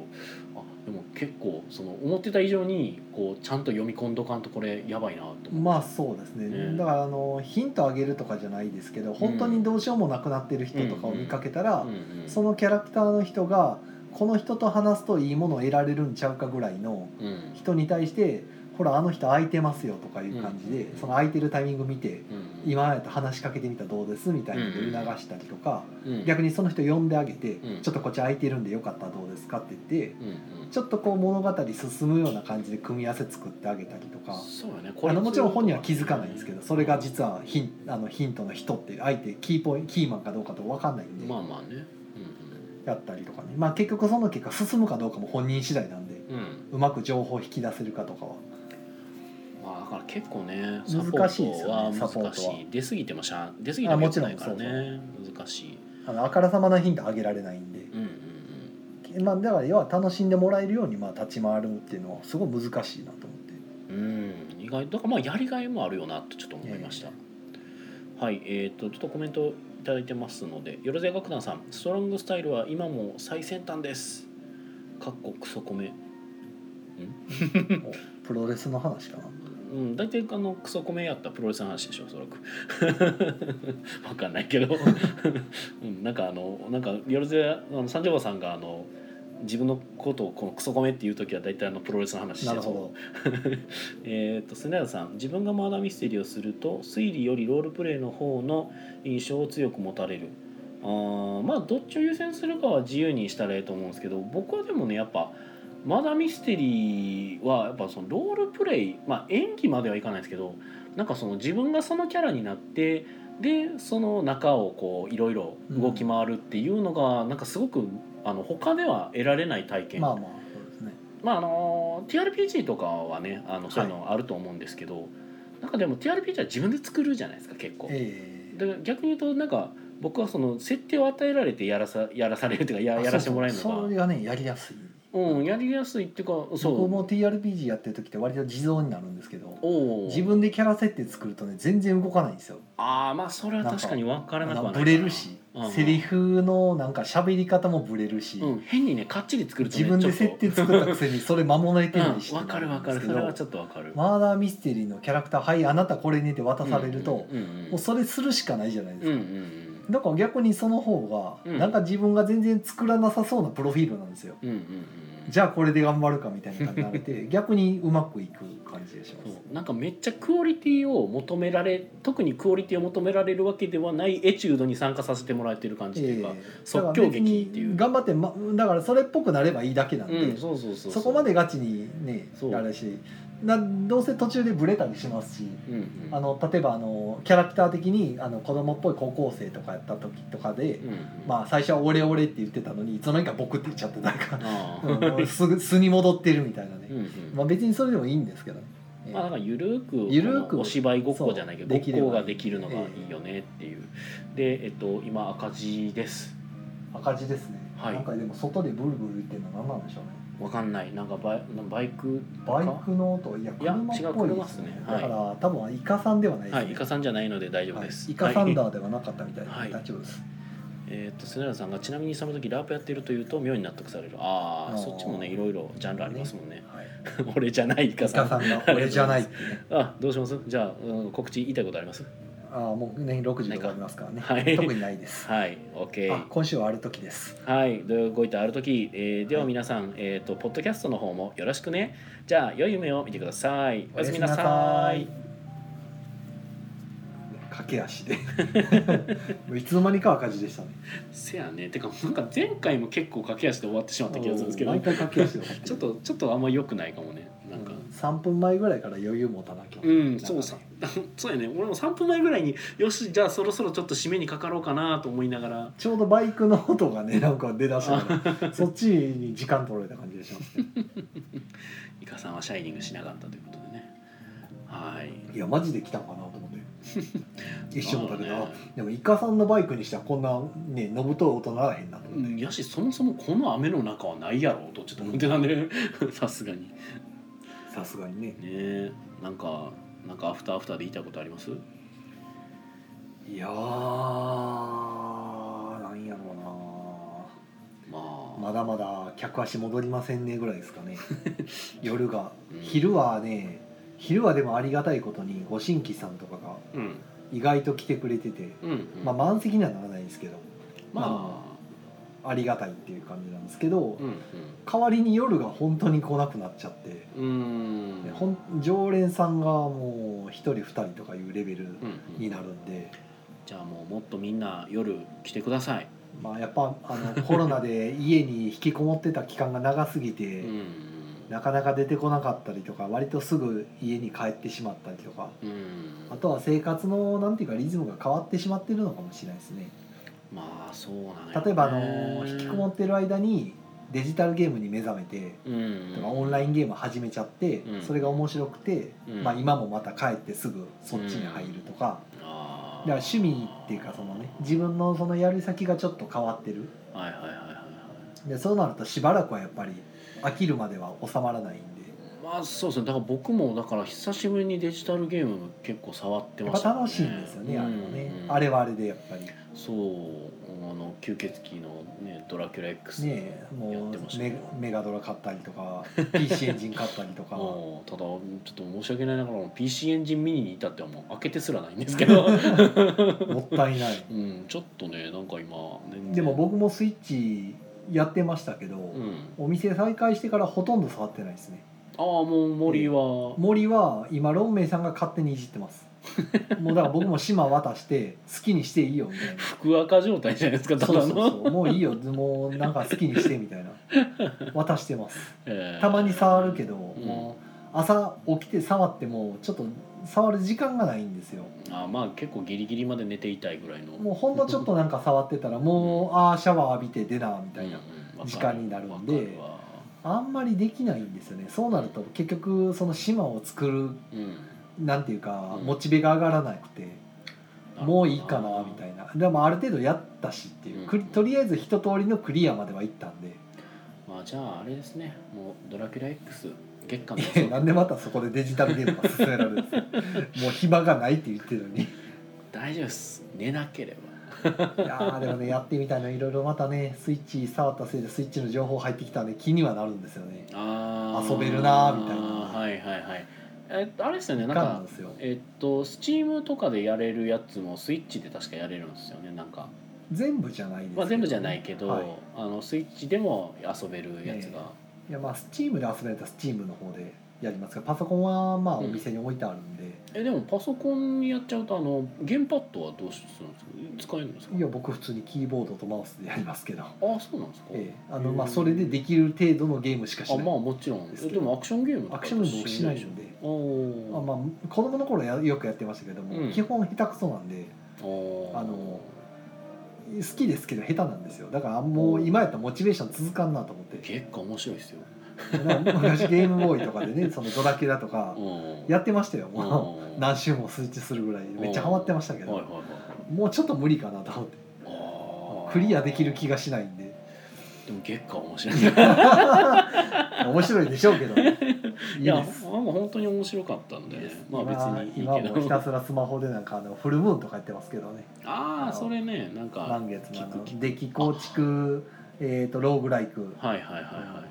A: あでも結構その思ってた以上にこうちゃんと読み込んどかんとこれやばいなと思って、
B: まあそうですね
A: ね
B: だからあのヒントあげるとかじゃないですけど本当にどうしようもなくなってる人とかを見かけたら、
A: うんうん、
B: そのキャラクターの人がこの人と話すといいものを得られるんちゃうかぐらいの
A: うん、うん
B: 人に対して「ほらあの人空いてますよ」とかいう感じで、
A: うん
B: その空いてるタイミング見て
A: うん
B: 「今やったら話しかけてみたらどうです」みたいなので促したりとか、
A: うん、
B: 逆にその人呼んであげて、
A: うん
B: ちょっとこっち空いてるんでよかったらどうですか?」って言って。
A: うんうん、
B: ちょっとこう物語進むような感じで組み合わせ作ってあげたりとか
A: そうよね
B: あのもちろん本人は気づかないんですけどそれが
A: 実
B: 実はヒンあのヒントの人って相手キーポインキーマンかどうかとか分かんないんで、
A: まあまあね
B: やったりとかね、まあ、結局その結果進むかどうかも本人次第なんで
A: うん、うんうん、
B: うまく情報を引き出せるかとかは
A: まあだから結構ねサポ
B: 難しいで
A: ー
B: す
A: ト
B: よ
A: は
B: ね
A: 難
B: サポートは
A: しい出過ぎてもしゃあ出過ぎても良くないから
B: あもち
A: ね難しい
B: あのあからさまなヒントあげられないんで、
A: うんうん
B: まあ、だから要は楽しんでもらえるようにまあ立ち回るっていうのはすごい難しいなと思って
A: うんうん意外とだからまあやりがいもあるよなとちょっと思いました、はいえー、とちょっとコメントいただいてますのでよろぜ楽団さん「ストロングスタイルは今も最先端です」かっこクソコメ
B: おプロレスの話かな
A: うん、大体あのクソコメやったらプロレスの話でしょおそらく わかんないけど、 うん、なんかあのなんかよろずやあの三条婆さんがあの自分のことをこのクソコメっていう時は大体あのプロレスの話して
B: な
A: そう
B: るほ
A: えー、と砂田さん自分がマーダーミステリーをすると推理よりロールプレイの方の印象を強く持たれるあーまあどっちを優先するかは自由にしたらええと思うんですけど僕はでもねやっぱマーダーミステリーはやっぱそのロールプレイ、まあ、演技まではいかないですけどなんかその自分がそのキャラになってでその中をこういろいろ動き回るっていうのが、なんかすごくあの他では得られない体
B: ど
A: 験
B: まあまあそうですね
A: まああの TRPG とかはねあのそういうのあると思うんですけど、なんかでも TRPG は自分で作るじゃないですか結構。
B: ええ
A: だから逆に言うとなんか僕はその設定を与えられてやらさやらされるというかややらせてもらえるの
B: そうそうそ
A: が
B: れがねやりやすい
A: うんやりやすいっていうかそ
B: 僕
A: う
B: も TRPG やってる時って割と地蔵になるんですけど
A: おう
B: 自分でキャラ設定作るとね全然動かないんですよ
A: ああまあそれは確かに分からなくはないかな
B: ブレるし、
A: うん
B: セリフのなんか喋り方もブレるし、
A: うん、変にねかっちり作ると、ね、
B: 自分で
A: ちょっ
B: 設
A: と
B: 定作ったくせにそれ守られてないし、
A: うん、分かる分かるそれはちょっと分かる、
B: マーダーミステリーのキャラクター「はいあなたこれね」って渡されると、
A: うんうんうん、
B: もうそれするしかないじゃないです
A: うん
B: か、
A: うんうん
B: だから逆にその方が、
A: うん
B: なんか自分が全然作らなさそうなプロフィールなんですよ
A: うんうんうん
B: じゃあこれで頑張るかみたいな感じにな れて逆にうまくいく感じがします
A: そうなんかめっちゃクオリティを求められ特にクオリティを求められるわけではないエチュードに参加させてもらえてる感じっていうか、
B: ええ
A: 即興劇っていう
B: だから別に頑張って、ま、だからそれっぽくなればいいだけなんで、
A: うん、そうそうそう
B: そこまでガチにね
A: そう
B: あれだしなどうせ途中でブレたりしますし
A: うんうん
B: あの例えばあのキャラクター的にあの子供っぽい高校生とかやった時とかで、
A: うんうん
B: まあ、最初は「オレオレ」って言ってたのにいつの間にか「僕」って言っちゃって誰か
A: ああ
B: うんもう すぐ素に戻ってるみたいなね
A: う、んうん
B: まあ、別にそれでもいいんですけど、ね
A: まあなんかゆるく
B: ゆるく
A: このお芝居ごっこじゃないけど
B: そう
A: ご
B: でき
A: っ
B: れば
A: こができるのがいいよねっていうでえっと今赤字です
B: 赤字ですね、
A: はい
B: なんかでも外でブルブル言ってるのは何なんでしょうね
A: わかんないなんかバイバイクと
B: バ
A: か
B: イクの音いや
A: いや
B: 車っぽい
A: 違う
B: ですね
A: 車っすねはい
B: だから多分イカさんではないですね、
A: はいイカさんじゃないので大丈夫
B: はい
A: です、
B: イカサン
A: はい
B: ダーではなかったみたいで、
A: はい
B: 大丈夫です
A: えーっと瀬名さんがちなみにその時ラープやってるというと妙に納得されるあ
B: あ
A: あ
B: ー
A: そっちもねいろいろジャンルありますもんね
B: はい
A: 俺じゃないイ
B: イカ
A: カさん
B: さんが俺じゃないってね
A: あどうしますじゃあ、うん、告知言いたいことあります
B: ああもうね60で終わりますからね、
A: はい
B: 特にないです、
A: はい OK
B: あ今週はある時です
A: はい、土曜ごいたある時、えー、では
B: はい
A: 皆さん、えっ、とポッドキャストの方もよろしくね。じゃあ良い夢を見てください。おやすみなさい。
B: 駆け足でもういつの間にか赤字でしたね
A: せやね、てかなんか前回も結構駆け足で終わってしまった気がするんですけど
B: 毎、回駆け足で終わてる
A: ちょっとちょっとあんま良くないかもね。なんか、
B: うん3分前ぐらいから余裕持たなきゃ
A: うん、そうさ、 そうやね。俺も三分前ぐらいによし、じゃあそろそろちょっと締めにかかろうかなと思いながら。
B: ちょうどバイクの音がねなんか出だしたからそっちに時間取られた感じがしますね
A: イカさんはシャイニングしなかったということでね。はい。
B: いやマジで来たんかなと思って一緒もだけど、
A: まあね
B: でもイカさんのバイクにしてはこんなねのぶとい音ならへんなと
A: う
B: 思っ
A: ん
B: て、
A: やしそもそもこの雨の中はないやろうとちょっと思ってたんで さすがにね
B: さすがにね
A: えなんかなんかアフターアフターで言いたいことあります
B: いやーなんやろ
A: まあ、
B: うなまだまだ客足戻りませんねぐらいです かね夜が
A: うん
B: 昼はね昼はでもありがたいことにご新規さんとかが
A: うん
B: 意外と来てくれてて、
A: うん、うん、
B: まあ、満席にはならないんですけど
A: まあ
B: ありがたいっていう感じなんですけど、
A: うん
B: 代わりに夜が本当に来なくなっちゃって、
A: うんうん
B: ほん常連さんがもう1人2人とかいうレベル
A: うんう
B: に
A: ん
B: なるんで、
A: じゃあもうもっとみんな夜来てください、
B: まあ、やっぱあのコロナで家に引きこもってた期間が長すぎて、
A: うん
B: なかなか出てこなかったりとか割とすぐ家に帰ってしまったりとか。
A: うん
B: あとは生活のなんていうかリズムが変わってしまってるのかもしれないですね。
A: まあそうなのよね
B: 例えばあの引きこもってる間にデジタルゲームに目覚めて
A: うん
B: とかオンラインゲーム始めちゃって
A: うん
B: それが面白くて
A: うん
B: まあ今もまた帰ってすぐそっちに入るとか
A: あー
B: だから趣味っていうかそのね自分のそのやる先がちょっと変わってる
A: はいはいはいはいはい
B: でそうなるとしばらくはやっぱり飽きるまでは収まらないんで
A: まあそうですねだから僕もだから久しぶりにデジタルゲーム結構触って
B: や
A: ま
B: っ
A: し
B: ぱ
A: た
B: 楽しいんですよねあれはね
A: うんうん
B: あれはあれでやっぱり
A: そうあの吸血鬼の、ね、ドラキュラ X
B: ね
A: や
B: も
A: ってまし
B: う
A: たね
B: メメガドラ買ったりとか PC エンジン買ったりとか。
A: もうただちょっと申し訳ないながら PC エンジンミニに至ってはもう開けてすらないんですけ ど、
B: もったいない
A: うん、ちょっとねなんか今全然
B: でも僕もスイッチやってましたけど、
A: うん、
B: お店再開してからほとんど触ってないですね
A: ああもう森は、
B: 森は今ロンメイさんが勝手にいじってます もうだから僕も島渡して好きにしていいよみたいな
A: 福赤状態じゃない ですかただ
B: そ
A: の
B: うそうそうもういいよもうなんか好きにしてみたいな渡してます
A: えー
B: たまに触るけど、もう朝起きて触ってもちょっと触る時間がないんですよ
A: あまあ結構ギリギリまで寝ていたいぐらいの
B: もうほんのちょっとなんか触ってたらもうああシャワー浴びて出なみたいな、
A: うんうん
B: 時間になるんで
A: わかるわ
B: あんまりできないんですよねそうなると結局その島を作る
A: うん
B: なんていうか、
A: うん
B: モチベが上がらなくて
A: なるほどな
B: もういいかなみたいなでもある程度やったしっていう、クリ
A: うん
B: とりあえず一通りのクリアまでは行ったんで
A: まあじゃああれですねもうドラキュラ X 月間
B: い やなんでまたそこでデジタルゲームが進められるんですかもう暇がないって言ってるのにい
A: 大丈夫です寝なければ
B: やーでもねやってみたいないろいろまたねスイッチ触ったせいでスイッチの情報入ってきたんで気にはなるんですよね
A: あー
B: 遊べるなーみたいな
A: はいはいはいえあれですよね
B: い
A: なん
B: かんな
A: か
B: んですよ
A: えっと Steam とかでやれるやつもスイッチで確かやれるんですよねなんか、
B: 全部じゃないですけどね
A: まあ、全部じゃないけど、
B: はい
A: あのスイッチでも遊べるやつが、
B: いやまあスチームで遊べたらスチームの方でやりますがパソコンはまあ
A: うん
B: お店に置いてあるんで、
A: えでもパソコンにやっちゃうとあのゲームパッドはどうするんですか使えるんですか
B: いや僕普通にキーボードとマウスでやりますけど、
A: ああそうなんですか、
B: ええあのまあそれでできる程度のゲームしかし
A: あ
B: ない、
A: まあもちろん
B: です
A: え
B: けど
A: でもアクションゲームとか
B: アクションゲーム僕しないので
A: おお
B: あまあ子供の頃やよくやってましたけども、
A: うん
B: 基本下手くそなんで
A: おー
B: あの好きですけど下手なんですよだからもう今やったらモチベーション続かんなと思って
A: 結構面白いですよ
B: なんか昔ゲームボーイとかでねそのドラキュラとか
A: うん
B: やってましたよも
A: お
B: う
A: ー
B: 何周もスイッチするぐらいめっちゃハマってましたけ
A: はい
B: ど
A: はいはいはい
B: もうちょっと無理かなと思って
A: あー
B: クリアできる気がしないんで
A: でも月下は面白いい
B: 面白いでしょうけ どねいい
A: や
B: です
A: もう本当に面白かったんで、ね、まあ別にいいけ
B: 今は今はもうひた
A: ど
B: すらスマホでなんかあのフルムーンとかやってますけど ね
A: ああそれねなんか
B: 満月の
A: 聞
B: あ
A: く聞
B: の
A: く
B: デキ構築えー、とローグライク
A: はいはいはいは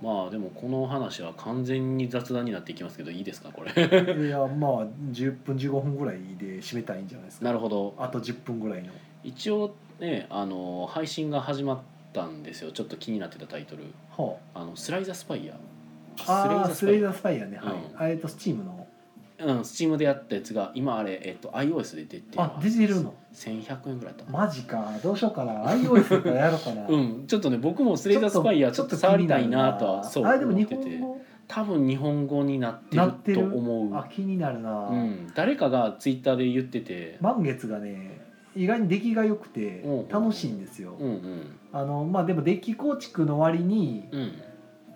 A: いまあでもこの話は完全に雑談になっていきますけどいいですかこれ
B: いやまあ10分15分ぐらいで締めたらいいんじゃないですか
A: なるほど
B: あと10分ぐらいの
A: 一応ねあの配信が始まったんですよちょっと気になってたタイトル
B: ほ
A: 「あのスライザースパイヤー」
B: うああスレイダースパイアね、
A: うん
B: はいあえっとスチームの
A: うん、スチームでやったやつが今あれ、えっと、iOS で出てる
B: あ出てるの
A: 1100円ぐらいだった、
B: マジかどうしようかな iOS からやろうかな、
A: うんちょっとね僕もスレイザースパイアちょっと触りたいなとはそう
B: あでも
A: 思
B: 日
A: って
B: 本
A: て
B: 語
A: 多分日本語になって
B: なって
A: ると
B: る
A: 思
B: あ気になるな、
A: う、うん、誰かがツイッターで言ってて、
B: 満月がね意外に出来が良くて
A: うんうん
B: 楽しいんですよ、
A: うんうん
B: あのまあでもデッキ構築の割に
A: うん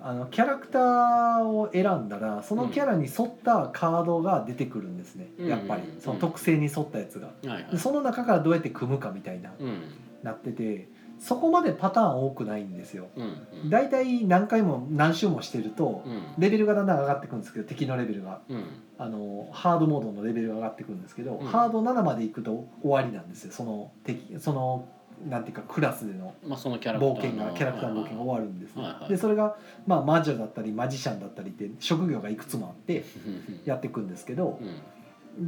B: あのキャラクターを選んだらそのキャラに沿ったカードが出てくるんですね、
A: うん
B: やっぱり
A: うん
B: その特性に沿ったやつが、
A: はいはい
B: でその中からどうやって組むかみたいな、
A: うん
B: なっててそこまでパターン多くないんですよ
A: うんうん
B: だいたい何回も何周もしてると
A: うん
B: レベルがだんだん上がってくるんですけど敵のレベルが
A: うん
B: あのハードモードのレベルが上がってくるんですけど、
A: うん
B: ハード7まで行くと終わりなんですよその敵そのなんていうかクラスでの
A: まあそのキャラクター
B: 冒険がキャラクターの冒険が終わるんですね、
A: はいはい
B: でそれが、まあ、魔女だったりマジシャンだったりって職業がいくつもあってやっていくんですけど
A: うんうん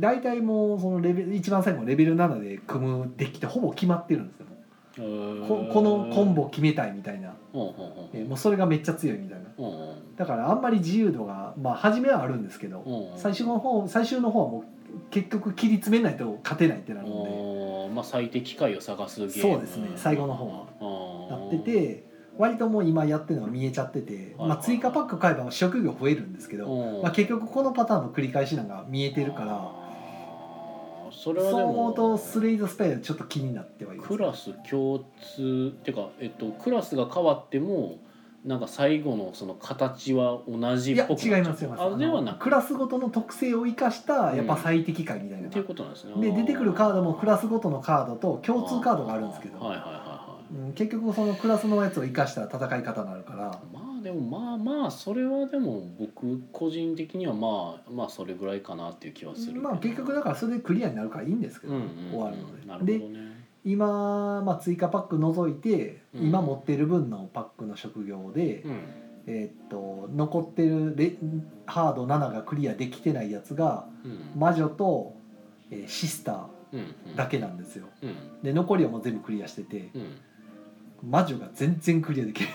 B: 大体もうそのレベル一番最後のレベル7で組むデッキってほぼ決まってるんですよ
A: えー
B: ここのコンボ決めたいみたいな、
A: ほうほう
B: えーもうそれがめっちゃ強いみたいな
A: ほうほう
B: だからあんまり自由度がまあ初めはあるんですけど
A: ほう
B: 最初の方最終の方はもう結局切り詰めないと勝てないってなるの
A: おーまあ最適解を探すゲーム
B: そうですね最後の方でな
A: は
B: ってて割ともう今やってるのが見えちゃってて
A: はいはい
B: まあ追加パック買えば職業増えるんですけどまあ結局このパターンの繰り返しなんか見えてるから
A: らそれは
B: そう
A: で
B: 思
A: も
B: うとスレイドスペイルちょっと気になってはいます
A: クラス共通っていうか、えっと、クラスが変わってもなんか最後のその形は同じ
B: い
A: っ
B: や
A: ぽく
B: 違いますよ
A: あではなく
B: クラスごとの特性を生かしたやっぱ最適解みたいなのが、
A: っていうことなんですね
B: で出てくるカードもクラ
A: ス
B: スごとのカードと共通カードがあるんですけど、
A: はいはいはいはい
B: うん、結局そのクラスのやつを生かした戦い方になるから
A: まあでもまあまあそれはでも僕個人的にはまあまあそれぐらいかなっていう気はするけど
B: まあ結局だからそれでクリアになるからいいんですけ
A: うん
B: ど、
A: うんうん
B: 終わるので
A: なるほどね
B: 今、まあ、追加パック除いて、
A: うん
B: 今持ってる分のパックの職業で、
A: うん
B: えーっと残ってるレハード7がクリアできてないやつが
A: うん
B: 魔女と、えーシスタ
A: うん
B: ーだけなんですよ
A: うん
B: で残りはもう全部クリアしてて
A: うん
B: 魔女が全然クリアできない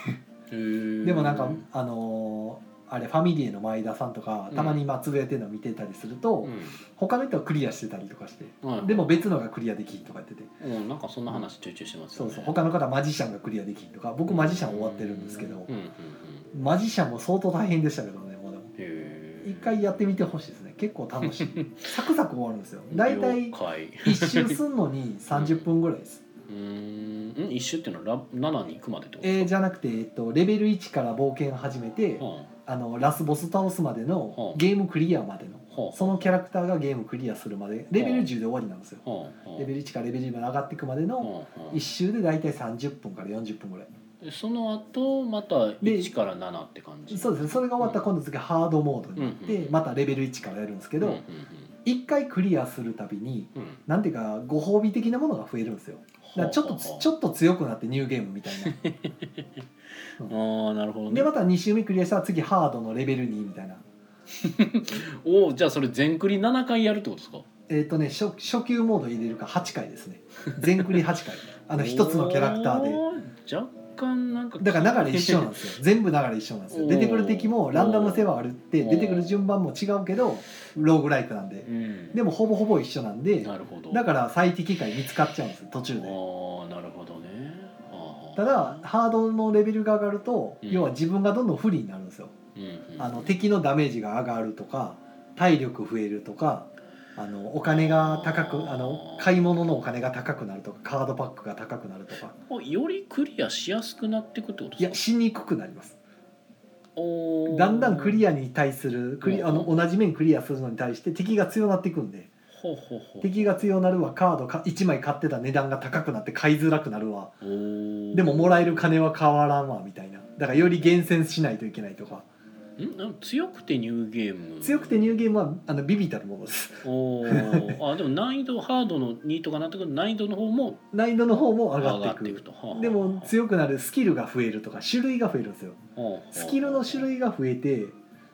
A: へー
B: でもなんかあのーあれファミリーの前田さんとか
A: うん
B: たまに今つぶやいてるの見てたりすると、
A: う
B: 他の人はクリアしてたりとかして、
A: んはい
B: でも別のがクリアできんとか言ってて、
A: うんなんかそんな話ちょいちょいしてます
B: そ
A: よ
B: う
A: ね
B: そう他の方はマジシャンがクリアできんとか僕マジシャン終わってるんですけ
A: う、
B: ど
A: んうんうん
B: マジシャンも相当大変でしたけどねもうでも
A: へー
B: 一回やってみてほしいですね結構楽し いサクサク終わるんですよ大体
A: 了解
B: 一周すんのに30分ぐらいです、
A: うーんん一周っていうのはラ7に行くまでってこと
B: えー
A: です
B: じ
A: か
B: ゃなくて、えっと、レベル1から冒険を始めて、
A: えは
B: あのラスボス倒すまでの
A: うん
B: ゲームクリアまでの
A: あは
B: そのキャラクターがゲームクリアするまでレベル10で終わりなんですよ
A: あはあはあ
B: レベル1からレベル2まで上がっていくまでの
A: はあはあ
B: 1周で大体30分から40分ぐらい
A: でその後また1から7って感じ
B: そうですねそれが終わったら今度次ハードモードになっ
A: うん
B: て
A: うん
B: またレベル1からやるんですけ
A: けうん
B: ど1回クリアするたびに
A: うんうん
B: なんていうかご褒美的なものが増えるんですよだからちょっとつちょっと強くなってニューゲームみたいな
A: ああなるほどね
B: でまた2周目クリアしたら次ハードのレベル2みたいな
A: おおじゃあそれ全クリ7回やるってことですか
B: えっ、とね初初級モード入れるか8回ですね全クリ8回 あ
A: あ
B: の1つのキャラクターで
A: で若干なんか
B: だから流れ一緒なんで すよ全部流れ一緒なんですよ出てくる敵もランダム性はあるって
A: おー
B: 出てくる順番も違うけどローグライクなんで
A: うん
B: でもほぼほぼ一緒なんで
A: なるほど
B: だから最適解見つかっちゃうんですよ途中で
A: ああなるほどねああ
B: ただハードのレベルが上がると
A: うん
B: 要は自分がどんどん不利になるんですよ
A: うんうん
B: あの敵のダメージが上がるとか体力増えるとかあのお金が高
A: あー
B: くあの買い物のお金が高くなるとかカードパックが高くなるとか
A: よりクリアしやすくなっていくってこと
B: い
A: で
B: や
A: すか
B: しにくくなります
A: おー
B: だんだんクリアに対するクリあの同じ面クリアするのに対して敵が強なっていくんで
A: ほうほうほう
B: 敵が強なるわカードか1枚買ってた値段が高くなって買いづらくなるわ
A: おー
B: でももらえる金は変わらんわみたいなだからより厳選しないといけないとか
A: んなんか強くてニューゲーム
B: 強くてニューゲームはあのビビたるものです
A: お ーあでも難易度ハードの2とかなってくると難易度の方も
B: 難易度の方も
A: 上
B: 上が
A: が
B: っ
A: ってて
B: い
A: い
B: く
A: くとはあはあ
B: でも強くなるスキルが増えるとか種類が増えるんですよ
A: はあはあ
B: スキルの種類が増えて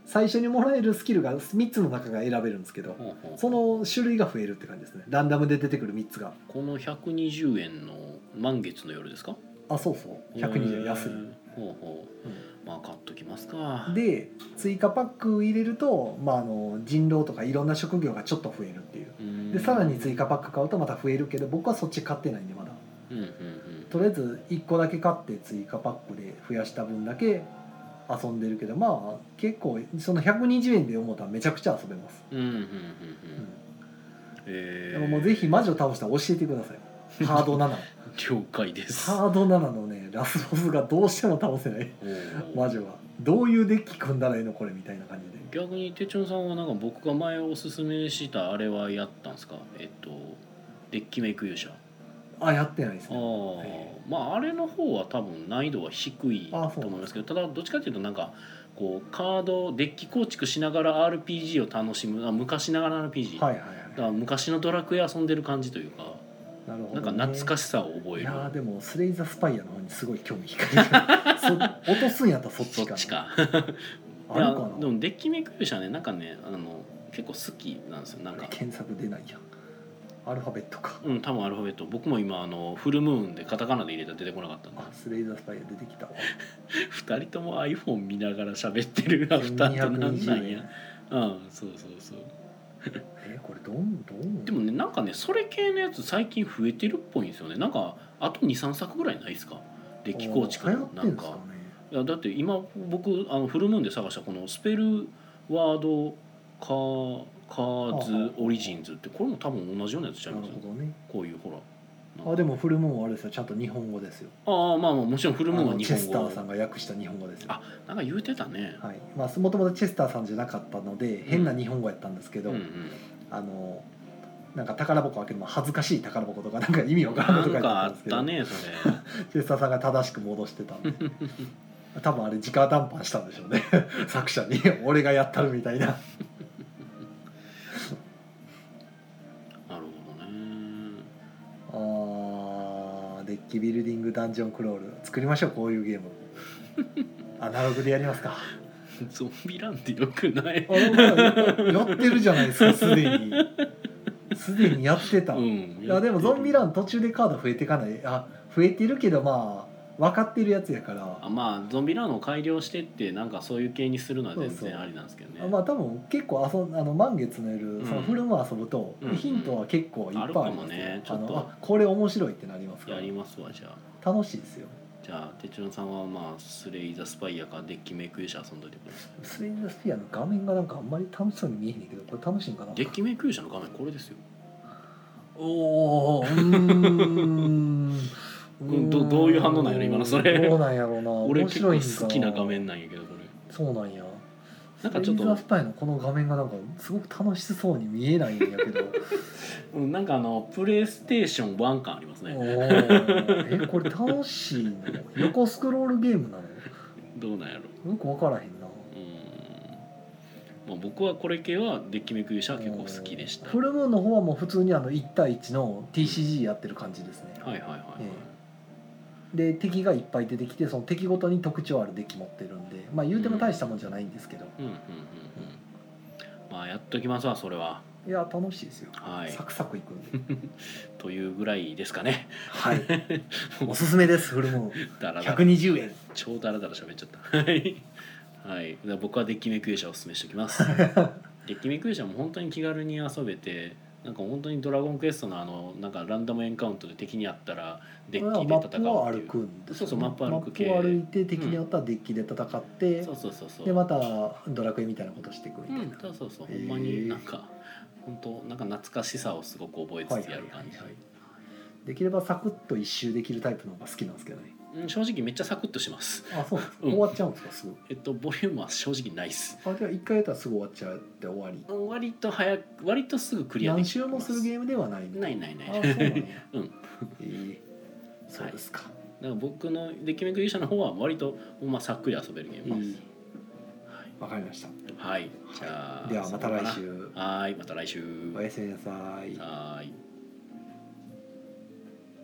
B: 最初にもらえるスキルが3つの中が選べるんですけど
A: はあはあ
B: その種類が増えるって感じですねランダムで出てくる3つが
A: この120円の満月の夜ですか
B: あそうそう120円安い
A: うんほうほう、
B: う
A: まあ買っときますか
B: で追加パック入れると、まあ、あの人狼とかいろんな職業がちょっと増えるっていう
A: うん
B: でさらに追加パック買うとまた増えるけど僕はそっち買ってないんでまだ
A: うんうん
B: とりあえず1個だけ買って追加パックで増やした分だけ遊んでるけどまあ結構その120円で思ったらめちゃくちゃ遊べます、
A: うんうんうんうんうん
B: うん
A: えー
B: でももうぜひ魔女倒したら教えてくださいハード7
A: 了解 です
B: ハード7のねラスボスがどうしても倒せない
A: おー
B: 魔女がどういうデッキ組んだらいいのこれみたいな感じで
A: 逆にてちょんさんはなんか僕が前おすすめしたあれはやったんですかえっとデッキメイク勇者
B: あやってないです
A: あ
B: ね
A: ー、
B: え
A: まああれの方は多分難易度は低いと
B: あーそう
A: 思いますけどただどっちかっていうとなんかこうカードデッキ構築しながら RPG を楽しむあ昔ながらの RPG、
B: はいはい
A: だか
B: は
A: ら昔のドラクエ遊んでる感じというか
B: いなるほ
A: な
B: ど、
A: ん
B: ね、
A: か懐かしさを覚え
B: い
A: る
B: やーでもスレイザースパイアの方にすごい興味惹 かれてるそ落とすんやったらそっ
A: そ
B: ち
A: っ
B: かな
A: ちか
B: あ
A: い
B: る
A: や
B: かな
A: でもデッキメイク勇者ねなんかねあの結構好きなんですよなんか
B: 検索出ないやんアルファベットか、
A: うん多分アルファベット僕も今あのフルムーンでカタカナで入れたら出てこなかったんで
B: あスレイザースパイア出てきたわ
A: 2人とも iPhone 見ながら喋ってるアフターってなんなん
B: 1220
A: や
B: 円
A: うんそうそうそう
B: えこれどんどん
A: でもねなんかねそれ系のやつ最近増えてるっぽいんですよねなんかあと23作ぐらいないですかデッキ構築
B: 流行
A: の
B: って
A: なんん
B: ですか
A: か
B: ね
A: いやだって今僕あのフルムーンで探したこのスペルワードカーカーズオリジンズってこれも多分同じようなやつちゃ
B: ないる
A: ます
B: ほどね
A: こういうほらなんか
B: あでもフルムーンはあれですよちゃんと日本語ですよ
A: ああまあまあもちろんフルムーン
B: あ
A: は
B: の
A: 日
B: チェ
A: 本
B: ス
A: 語
B: ターさんが訳した日本語ですよ
A: あなんか言うてたね、
B: はいまあもともとチェスターさんじゃなかったので変な日本語やったんですけ
A: う
B: ど、
A: んうん、
B: あのなんか宝箱開けるの恥ずかしい宝箱とかなんか意味わからん
A: な
B: とか
A: んか
B: や
A: あ
B: ったん
A: っ
B: ですけ
A: たね
B: ど、
A: それ
B: チェスターさんが正しく戻してたんで多分あれ直談判したんでしょう ね作者に「俺がやったる」みたいな
A: なるほど ね
B: あーデッキビルディングダンジョンクロール作りましょうこういうゲームアナログでやりますか
A: ゾンビランってよくない
B: あやってるじゃないですかすでにすでにやってた、
A: う
B: い
A: ん
B: やでもゾンビラ
A: ン
B: ン途中でカード増えてかないあ増えてるけどまあ分かってるやつやから
A: あまあゾンビランを改良してってなんかそういう系にするのは全
B: そうそう
A: 然ありなんですけどね
B: あまあ多分結構遊んあの満月の夜、
A: うん
B: そのフルム遊ぶと、
A: うん
B: ヒントは結構いっぱいありますよ
A: あるかもねち
B: あ
A: ょっと
B: のあこれ面白いってなりますか
A: や
B: ら
A: りますわじゃあ
B: 楽しいですよ
A: じゃあ哲郎さんはまあスレイザースパイアかデッキメイク勇者遊んどいてください
B: スレイザースピアの画面がなんかあんまり楽しそうに見えへんけどこれ楽しいんかな
A: デッキメイク勇者の画面これですよ
B: おおうーん
A: ん どどういう反応なんやろ今のそれ
B: どうなんやろう な
A: 俺
B: 面
A: 結
B: 白
A: 構
B: いんか
A: 好きな画面なんやけどこれ
B: そうなんや
A: なんかちょっと
B: スレイザースパイのこの画面がなんかすごく楽しそうに見えないんやけど
A: うん、なんかあのプレイステーション1感あります
B: お
A: ね、
B: ーえこれ楽しいの横スクロールゲームなの
A: どうなんやろ
B: よく分からへんな
A: うーん、まあ、僕はこれ系はデッキメイク勇者は結構好きでした
B: フ
A: はい
B: ルムーンの方はもう普通にあの1対1の TCG やってる感じですね、
A: はいはいはい、
B: えで敵がいっぱい出てきてその敵ごとに特徴あるデッキ持ってるんでまあ言うても大したもんじゃないんですけど、
A: うんうんうんうんまあやっときますわそれはい
B: や楽しいですよ、
A: はい
B: サクサクい くんで
A: というぐらいですか ね
B: はいおすすめですフルムーン
A: だらだら
B: 120円
A: 超だらだら喋っちゃった はい、はい、じゃあ僕はデッキメイク勇者をおすすめしておき ますデッキメイク勇者も本当に気軽に遊べてなんか本当に「ドラゴンクエストの」あのなんかランダムエンカウントで敵にあったらデッキで
B: マッ
A: 戦
B: プを
A: うって
B: 歩
A: いう
B: くんです
A: そ
B: よね
A: うそうマップ歩く系
B: マップを歩いて敵にあったらデッキで戦って、
A: そうそうそうそう
B: でまたドラクエみたいなことしていくみ
A: う
B: たい
A: ん、そ
B: な、
A: うそうそう、
B: へー
A: ほんまになんか本当なんか懐かしさをすごく覚えつつやる感じ、
B: はいはいはいはいできればサクッと一周できるタイプの方が好きなんですけどね
A: うん正直めっちゃサクッとします
B: あそうなんですか、
A: うん
B: 終わっちゃうんですかすぐ
A: えっとボリュームは正直ないっす
B: あじゃあ一回やったらすぐ終わっちゃって終わり
A: うん割と早く割とすぐクリアで
B: 何
A: き
B: 周もするゲームではないの
A: ないないな
B: あ
A: い
B: そうなんや
A: うん
B: えーそうですか、
A: だから僕の「デッキメイク勇者」の方は割とほんまさっくり遊べるゲーム
B: い
A: で
B: い
A: す、
B: わかりました
A: はい、はい、じゃあ
B: ではまた来
A: そこ
B: 週
A: かなはーいまた来週
B: おやすみなさい
A: はーい